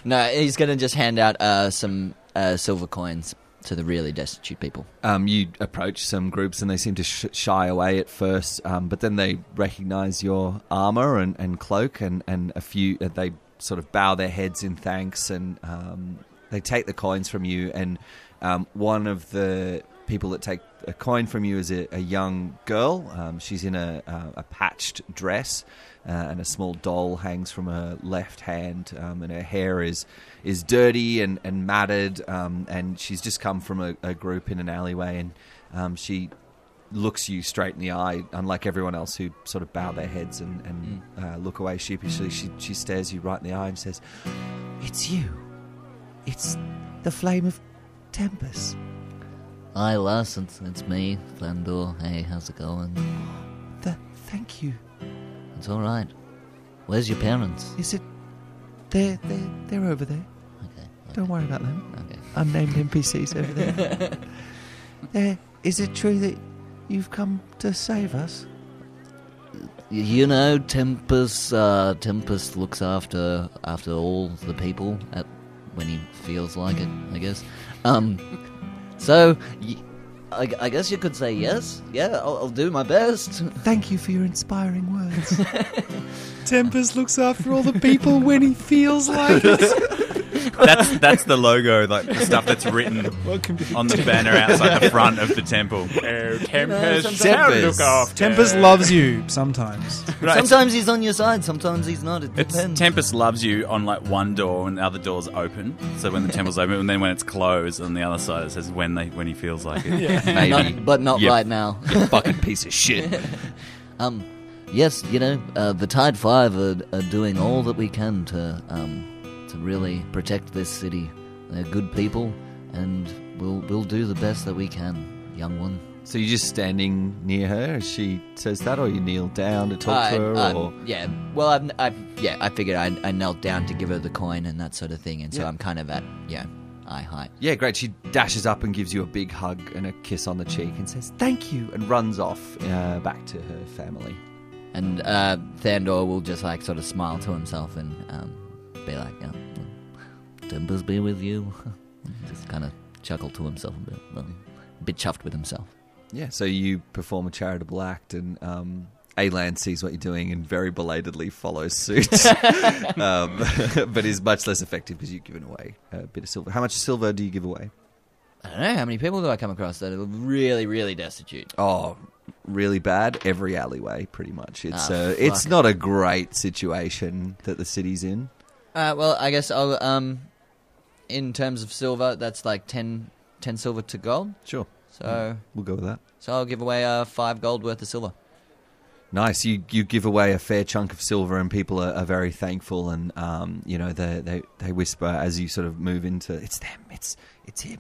Speaker 6: no, he's going to just hand out uh, some uh, silver coins to the really destitute people.
Speaker 5: Um, you approach some groups and they seem to sh- shy away at first, um, but then they recognize your armor and, and cloak, and, and a few uh, they sort of bow their heads in thanks and um, they take the coins from you. And um, one of the people that take a coin from you is a, a young girl. Um, she's in a, a, a patched dress, uh, and a small doll hangs from her left hand, um, and her hair is is dirty and and matted, um, and she's just come from a, a group in an alleyway, and um, she looks you straight in the eye, unlike everyone else who sort of bow their heads and, and uh, look away sheepishly. She she stares you right in the eye and says, "It's you. It's the flame of Tempest.
Speaker 6: Hi, Lars. It's, it's me, Flandor. Hey, how's it going?
Speaker 5: The thank you.
Speaker 6: It's all right. Where's your parents?
Speaker 5: Is it? They're they're they're over there. Don't worry about them.
Speaker 6: Okay.
Speaker 5: Unnamed NPCs over there. there. Is it true that you've come to save us?
Speaker 6: Y- You know, Tempest. Uh, Tempest looks after after all the people at, when he feels like it. I guess. Um, so, y I I I guess you could say yes. Yeah, I'll, I'll do my best.
Speaker 5: Thank you for your inspiring words.
Speaker 9: Tempest looks after all the people when he feels like it.
Speaker 4: That's that's the logo, like the stuff that's written on the banner outside the front of the *laughs* temple. Oh,
Speaker 6: Tempest, shall
Speaker 5: look after.
Speaker 9: Tempest loves you sometimes.
Speaker 6: Sometimes he's on your side. Sometimes he's not. It
Speaker 4: It's
Speaker 6: depends.
Speaker 4: Tempest loves you on like one door and the other door's open. So *laughs* when the temple's open, and then when it's closed on the other side, it says when they when he feels like
Speaker 6: *laughs*
Speaker 4: it.
Speaker 5: Maybe.
Speaker 6: Not- but not
Speaker 4: Yeah.
Speaker 6: right
Speaker 4: *laughs*
Speaker 6: now.
Speaker 5: you fucking piece of shit.
Speaker 6: Um, yes, you know, uh, the Tide Five are, are doing all that we can to um, to really protect this city. They're good people, and we'll we'll do the best that we can, young one.
Speaker 5: So you're just standing near her as she says that, or you kneel down to talk to her, or
Speaker 6: yeah, well, I'm, yeah, I figured I, I knelt down to give her the coin and that sort of thing, and so I'm kind of at yeah, eye height.
Speaker 5: yeah, great. She dashes up and gives you a big hug and a kiss on the cheek and says thank you and runs off uh, back to her family.
Speaker 6: And uh, Thandor will just like sort of smile to himself and um, be like, oh, well, "Timbers be with you." *laughs* just kind of chuckle to himself a bit, well, a bit chuffed with himself.
Speaker 5: Yeah, so you perform a charitable act, and um, Alan sees what you're doing and very belatedly follows *laughs* suit, um, *laughs* but is much less effective because you've given away a bit of silver. How much silver do you give away?
Speaker 6: I don't know how many people do I come across that are really, really destitute.
Speaker 5: Oh, really bad. Every alleyway, pretty much. It's
Speaker 6: Ah,
Speaker 5: uh,
Speaker 6: fuck.
Speaker 5: it's not a great situation that the city's in.
Speaker 6: Uh, well, I guess I'll um, in terms of silver, that's like 10, 10 silver to gold.
Speaker 5: Sure,
Speaker 6: So,
Speaker 5: we'll go with that.
Speaker 6: so I'll give away uh, five gold worth of silver.
Speaker 5: Nice. You you give away a fair chunk of silver, and people are, are very thankful. And um, you know they, they they whisper as you sort of move into it's them, it's it's him,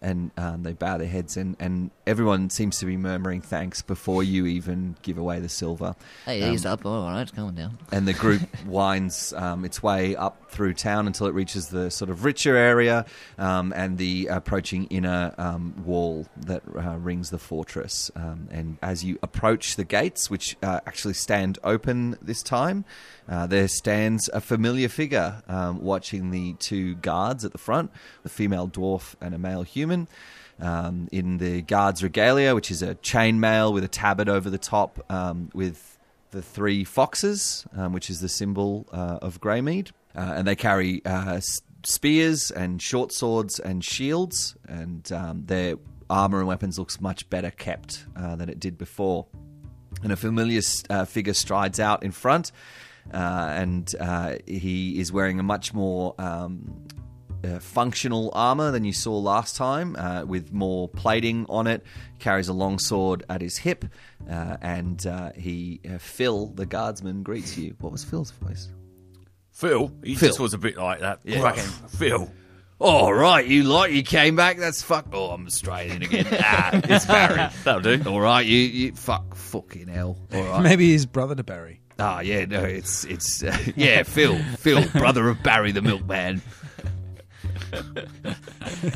Speaker 5: and um, they bow their heads, and and everyone seems to be murmuring thanks before you even give away the silver.
Speaker 6: Hey,
Speaker 5: Um,
Speaker 6: he's up. All right, it's coming down.
Speaker 5: and the group winds um, its way up through town until it reaches the sort of richer area um, and the approaching inner um, wall that uh, rings the fortress. Um, and as you approach the gates, which uh, actually stand open this time, uh, there stands a familiar figure um, watching the two guards at the front a female dwarf and a male human um, in the guard's regalia, which is a chainmail with a tabard over the top, um, with the three foxes, um, which is the symbol uh, of Greymead. Uh, and they carry uh, s- spears and short swords and shields, and um, their armor and weapons looks much better kept uh, than it did before. And a familiar uh, figure strides out in front, uh, and uh, he is wearing a much more um, uh, functional armor than you saw last time, uh, with more plating on it. Carries a long sword at his hip, uh, and uh, he uh, Phil, the guardsman, greets you. What was Phil's voice?
Speaker 4: Phil, he
Speaker 5: Phil.
Speaker 4: just was a bit like that.
Speaker 5: Yeah.
Speaker 4: Fucking Phil.
Speaker 5: All Oh, right, you lot, you came back. That's fuck. Oh, I'm straight in
Speaker 4: *laughs*
Speaker 5: again. ah, it's Barry.
Speaker 4: That'll do.
Speaker 5: All right, you, you fuck, fucking hell. All right.
Speaker 9: Maybe his brother to Barry.
Speaker 5: Ah, yeah, no, it's it's uh, *laughs* yeah, Phil, Phil, brother of Barry the
Speaker 4: *laughs*
Speaker 5: milkman.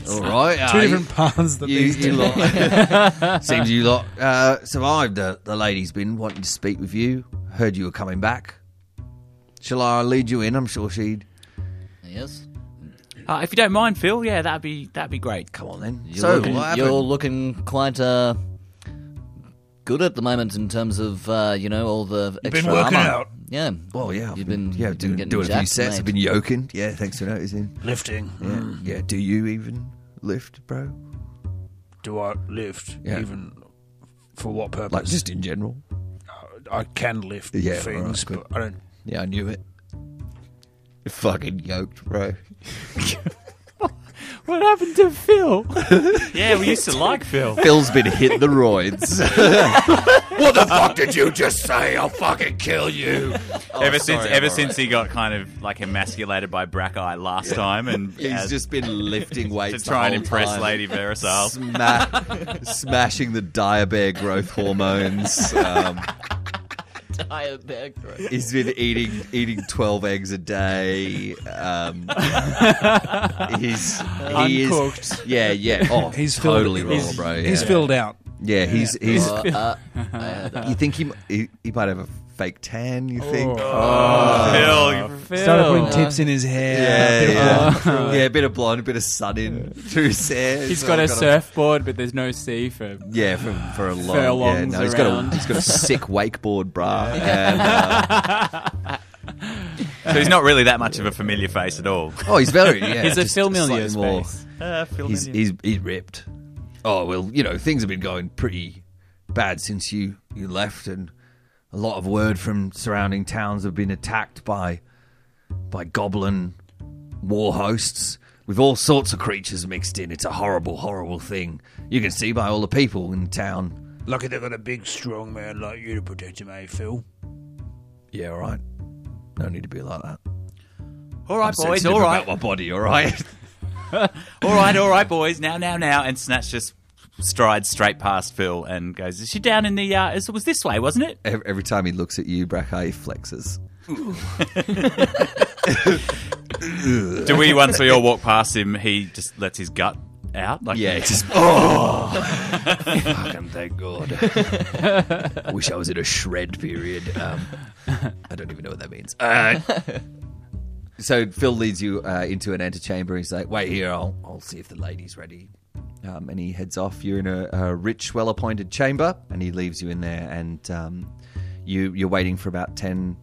Speaker 5: All right,
Speaker 1: Two
Speaker 5: uh,
Speaker 1: different paths that
Speaker 5: you,
Speaker 1: these
Speaker 5: you
Speaker 1: two-
Speaker 5: lot seems you lot uh, survived. The, the lady's been wanting to speak with you. Heard you were coming back. Shall I lead you in? I'm sure she'd.
Speaker 6: Yes.
Speaker 3: Uh, if you don't mind, Phil, yeah, that'd be that'd be great.
Speaker 5: Come on then.
Speaker 6: You're,
Speaker 5: so
Speaker 6: looking,
Speaker 5: what happened?
Speaker 6: you're looking quite uh, good at the moment in terms of uh, you know all the
Speaker 7: You've been
Speaker 6: extra
Speaker 7: working
Speaker 6: armor.
Speaker 7: out.
Speaker 6: Yeah.
Speaker 5: Well, yeah, I've
Speaker 6: You've been, you've
Speaker 5: yeah
Speaker 6: been
Speaker 5: doing,
Speaker 6: getting
Speaker 5: doing a few
Speaker 6: jacked,
Speaker 5: sets. I've
Speaker 6: mate.
Speaker 5: been yoking. Yeah, thanks for noticing.
Speaker 7: Lifting. Mm.
Speaker 5: Yeah, yeah. Do you even lift, bro?
Speaker 7: Do I lift
Speaker 5: Yeah.
Speaker 7: even for what purpose?
Speaker 5: Like just in general?
Speaker 7: I can lift
Speaker 5: Yeah,
Speaker 7: things,
Speaker 5: alright, good.
Speaker 7: but I don't.
Speaker 5: Yeah, I knew it. You're fucking yoked, bro.
Speaker 2: What happened to Phil?
Speaker 3: Yeah, we used to like Phil.
Speaker 5: Phil's been hit the roids. *laughs* what the fuck did you just say? I'll fucking kill you.
Speaker 4: *laughs* ever since, ever since he got kind of like emasculated by Brackeye last time, and
Speaker 5: He's
Speaker 4: as-
Speaker 5: just been lifting
Speaker 4: to
Speaker 5: weights
Speaker 4: try and
Speaker 5: the whole
Speaker 4: impress
Speaker 5: time.
Speaker 4: Lady Verisal.
Speaker 5: Sma- smashing the diabear growth hormones. Um, He's been eating eating twelve eggs a day. Um, he's he is
Speaker 2: Uncooked.
Speaker 5: yeah yeah. Oh, he's
Speaker 1: He's filled-
Speaker 5: totally raw,
Speaker 1: he's-
Speaker 5: bro. Yeah.
Speaker 1: He's filled out.
Speaker 5: Yeah, he's he's.
Speaker 6: Uh, uh, I heard that.
Speaker 5: you think he, m- he he might have a fake tan?
Speaker 1: Oh.
Speaker 5: You think?
Speaker 4: Phil,
Speaker 2: Phil.
Speaker 1: Started putting tips in his hair. a
Speaker 5: Yeah,
Speaker 1: bit of blonde.
Speaker 5: *laughs* yeah. yeah, a bit of blonde, a bit of sun in through his hair.
Speaker 2: He's
Speaker 5: So
Speaker 2: got a
Speaker 5: I've
Speaker 2: surfboard, but there's no sea for.
Speaker 5: Yeah, for, for
Speaker 2: *sighs*
Speaker 5: a long. yeah,
Speaker 2: Furlongs
Speaker 5: no, he's got a
Speaker 2: around.
Speaker 5: he's got a
Speaker 2: *laughs*
Speaker 5: sick wakeboard, bruh. And, uh,
Speaker 4: so he's not really that much of a familiar face at all. *laughs*
Speaker 5: oh, he's very yeah.
Speaker 2: He's a
Speaker 5: just
Speaker 2: Phil
Speaker 5: slightly
Speaker 2: Milius
Speaker 5: more-
Speaker 2: face.
Speaker 4: Uh, Phil
Speaker 5: He's
Speaker 4: Minion.
Speaker 5: he's he's ripped. Oh well, you know things have been going pretty bad since you you left, and a lot of word from surrounding towns have been attacked by by goblin war hosts with all sorts of creatures mixed in. It's a horrible, horrible thing. You can see by all the people in town.
Speaker 7: Lucky they've got a big, strong man like you to protect him, eh, Phil?
Speaker 5: Yeah, all right. No need to be like that.
Speaker 3: All right, boys.
Speaker 5: Sensitive
Speaker 3: All right,
Speaker 5: about my body. All right. *laughs*
Speaker 3: all right, all right, boys. Now, now, now. And Snatch just strides straight past Phil and goes, "Is she down in the? Uh, is- it was this way, wasn't it?"
Speaker 5: Ev- Every time he looks at you, Brackeye he flexes.
Speaker 4: Do
Speaker 3: *laughs*
Speaker 4: we once we all walk past him, he just lets his gut out? Like,
Speaker 5: Yeah, it's *laughs* just oh, *laughs* fucking thank God. I *laughs* wish I was in a shred period. Um, I don't even know what that means. Uh, *laughs* so Phil leads you uh, into an antechamber. He's like, "Wait here, I'll I'll see if the lady's ready." Um, and he heads off. You're in a, a rich, well-appointed chamber, and he leaves you in there. And um, you you're waiting for about ten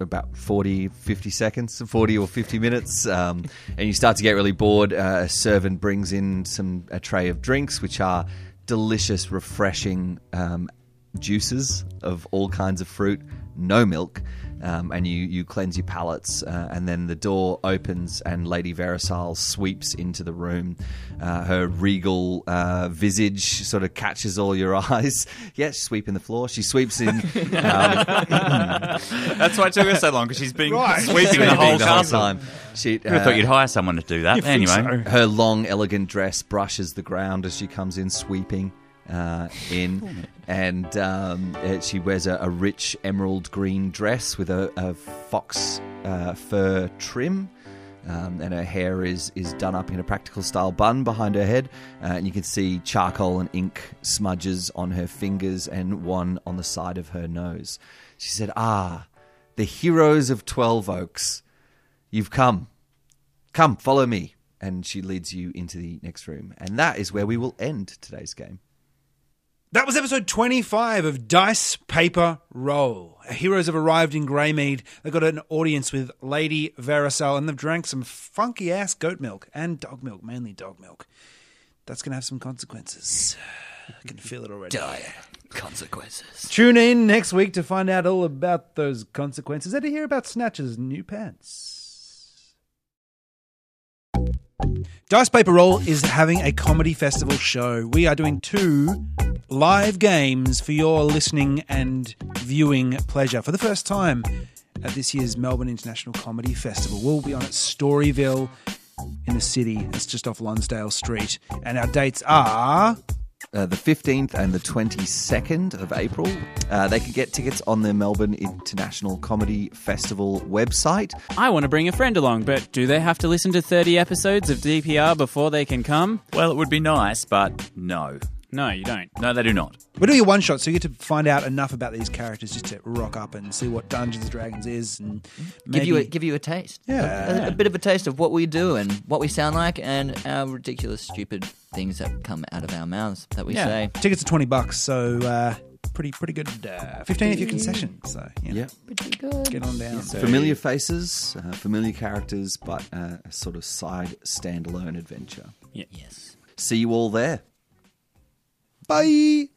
Speaker 5: about 40 50 seconds 40 or 50 minutes um, and you start to get really bored uh, a servant brings in some a tray of drinks which are delicious refreshing um, juices of all kinds of fruit no milk um, and you, you cleanse your palates uh, and then the door opens and lady verisal sweeps into the room uh, her regal uh, visage sort of catches all your *laughs* eyes yeah she's sweeping the floor she sweeps
Speaker 4: *laughs*
Speaker 5: in um,
Speaker 4: that's why it took her so long because she's been
Speaker 5: *laughs*
Speaker 4: sweeping
Speaker 5: Sweeping
Speaker 4: the whole castle.
Speaker 5: time. She,
Speaker 4: I
Speaker 5: uh,
Speaker 4: thought you'd hire someone to do that. Anyway,
Speaker 5: her long, elegant dress brushes the ground as she comes in, sweeping uh, in, and um, uh, she wears a, a rich emerald green dress with a, a fox uh, fur trim. Um, and her hair is, is done up in a practical style bun behind her head. Uh, and you can see charcoal and ink smudges on her fingers and one on the side of her nose. She said, Ah, the heroes of Twelve Oaks, you've come. Come, follow me. And she leads you into the next room. And that is where we will end today's game.
Speaker 1: That was episode 25 of Dice, Paper, Roll. Our heroes have arrived in Greymead. They got an audience with Lady Verisal and they've drank some funky ass goat milk and dog milk, mainly dog milk. That's going to have some consequences. I can feel it already.
Speaker 6: consequences.
Speaker 1: Tune in next week to find out all about those consequences and to hear about Snatcher's new pants. Dice Paper Roll is having a comedy festival show. We are doing two live games for your listening and viewing pleasure for the first time at this year's Melbourne International Comedy Festival. We'll be on at Storyville in the city. It's just off Lonsdale Street. And our dates are
Speaker 5: uh, the 15th and the 22nd of April. Uh, they can get tickets on the Melbourne International Comedy Festival website.
Speaker 2: I want to bring a friend along, but do they have to listen to 30 episodes of DPR before they can come?
Speaker 3: Well, it would be nice, but no.
Speaker 2: No, you don't.
Speaker 3: No, they do not.
Speaker 1: We'll do your one shot so you get to find out enough about these characters just to rock up and see what Dungeons and Dragons is and maybe...
Speaker 6: Give you a, give you a taste.
Speaker 1: Yeah.
Speaker 6: A- a, a bit of a taste of what we do and what we sound like and our ridiculous, stupid things that come out of our mouths that we
Speaker 1: yeah.
Speaker 6: say.
Speaker 1: Tickets are 20 bucks, so uh, pretty pretty good. Uh, 15 if you're concession. So, yeah.
Speaker 5: Yeah.
Speaker 6: Pretty good.
Speaker 1: Get on down.
Speaker 5: Familiar faces, uh, familiar characters, but uh, a sort of side standalone adventure.
Speaker 2: Yeah.
Speaker 6: Yes.
Speaker 5: See you all there.
Speaker 1: Bye.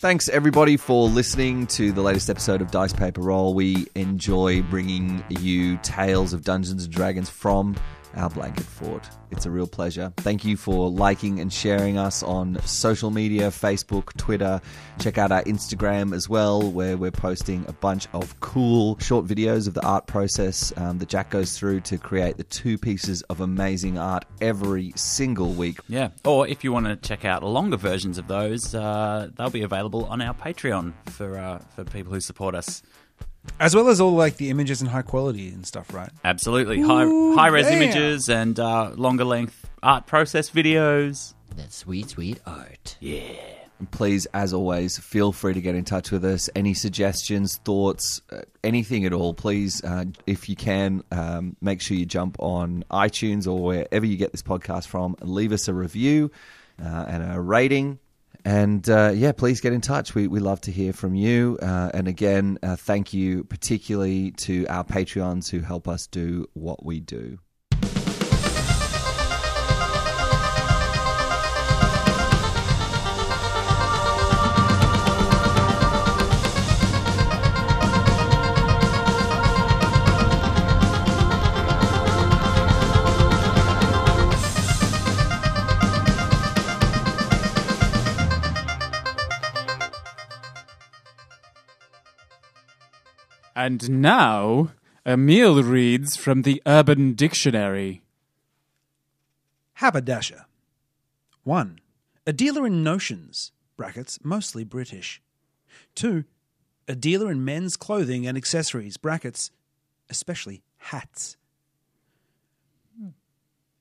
Speaker 5: Thanks everybody for listening to the latest episode of Dice Paper Roll. We enjoy bringing you tales of Dungeons and Dragons from our blanket fort. It's a real pleasure. Thank you for liking and sharing us on social media, Facebook, Twitter. Check out our Instagram as well, where we're posting a bunch of cool short videos of the art process um, that Jack goes through to create the two pieces of amazing art every single week.
Speaker 3: Yeah. Or if you want to check out longer versions of those, uh, they'll be available on our Patreon for uh, for people who support us.
Speaker 1: As well as all like the images and high quality and stuff, right?
Speaker 3: Absolutely. High high res
Speaker 1: damn.
Speaker 3: images and uh, longer length art process videos.
Speaker 6: That sweet, sweet art.
Speaker 3: Yeah.
Speaker 5: please, as always, feel free to get in touch with us. Any suggestions, thoughts, uh, anything at all, please, uh, if you can, um, make sure you jump on iTunes or wherever you get this podcast from and leave us a review uh, and a rating. And uh, yeah, please get in touch. We, we love to hear from you. Uh, and again, uh, thank you particularly to our Patreons who help us do what we do.
Speaker 2: And now, Emil reads from the Urban Dictionary.
Speaker 1: Haberdasher. 1. A dealer in notions, brackets, mostly British. 2. A dealer in men's clothing and accessories, brackets, especially hats.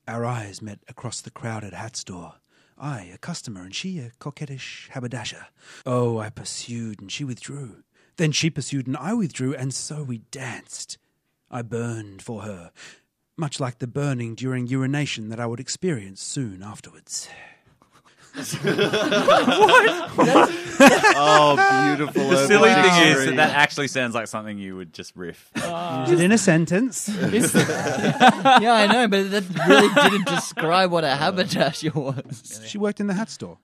Speaker 1: Our eyes met across the crowded hat store. I, a customer, and she, a coquettish haberdasher. Oh, I pursued, and she withdrew. Then she pursued, and I withdrew, and so we danced. I burned for her, much like the burning during urination that I would experience soon afterwards.
Speaker 5: Oh, beautiful.
Speaker 3: The silly thing is that that actually sounds like something you would just riff.
Speaker 5: Uh,
Speaker 1: Is it in a sentence?
Speaker 6: yeah, I know, but that really didn't describe what a haberdasher was.
Speaker 1: she worked in the hat store.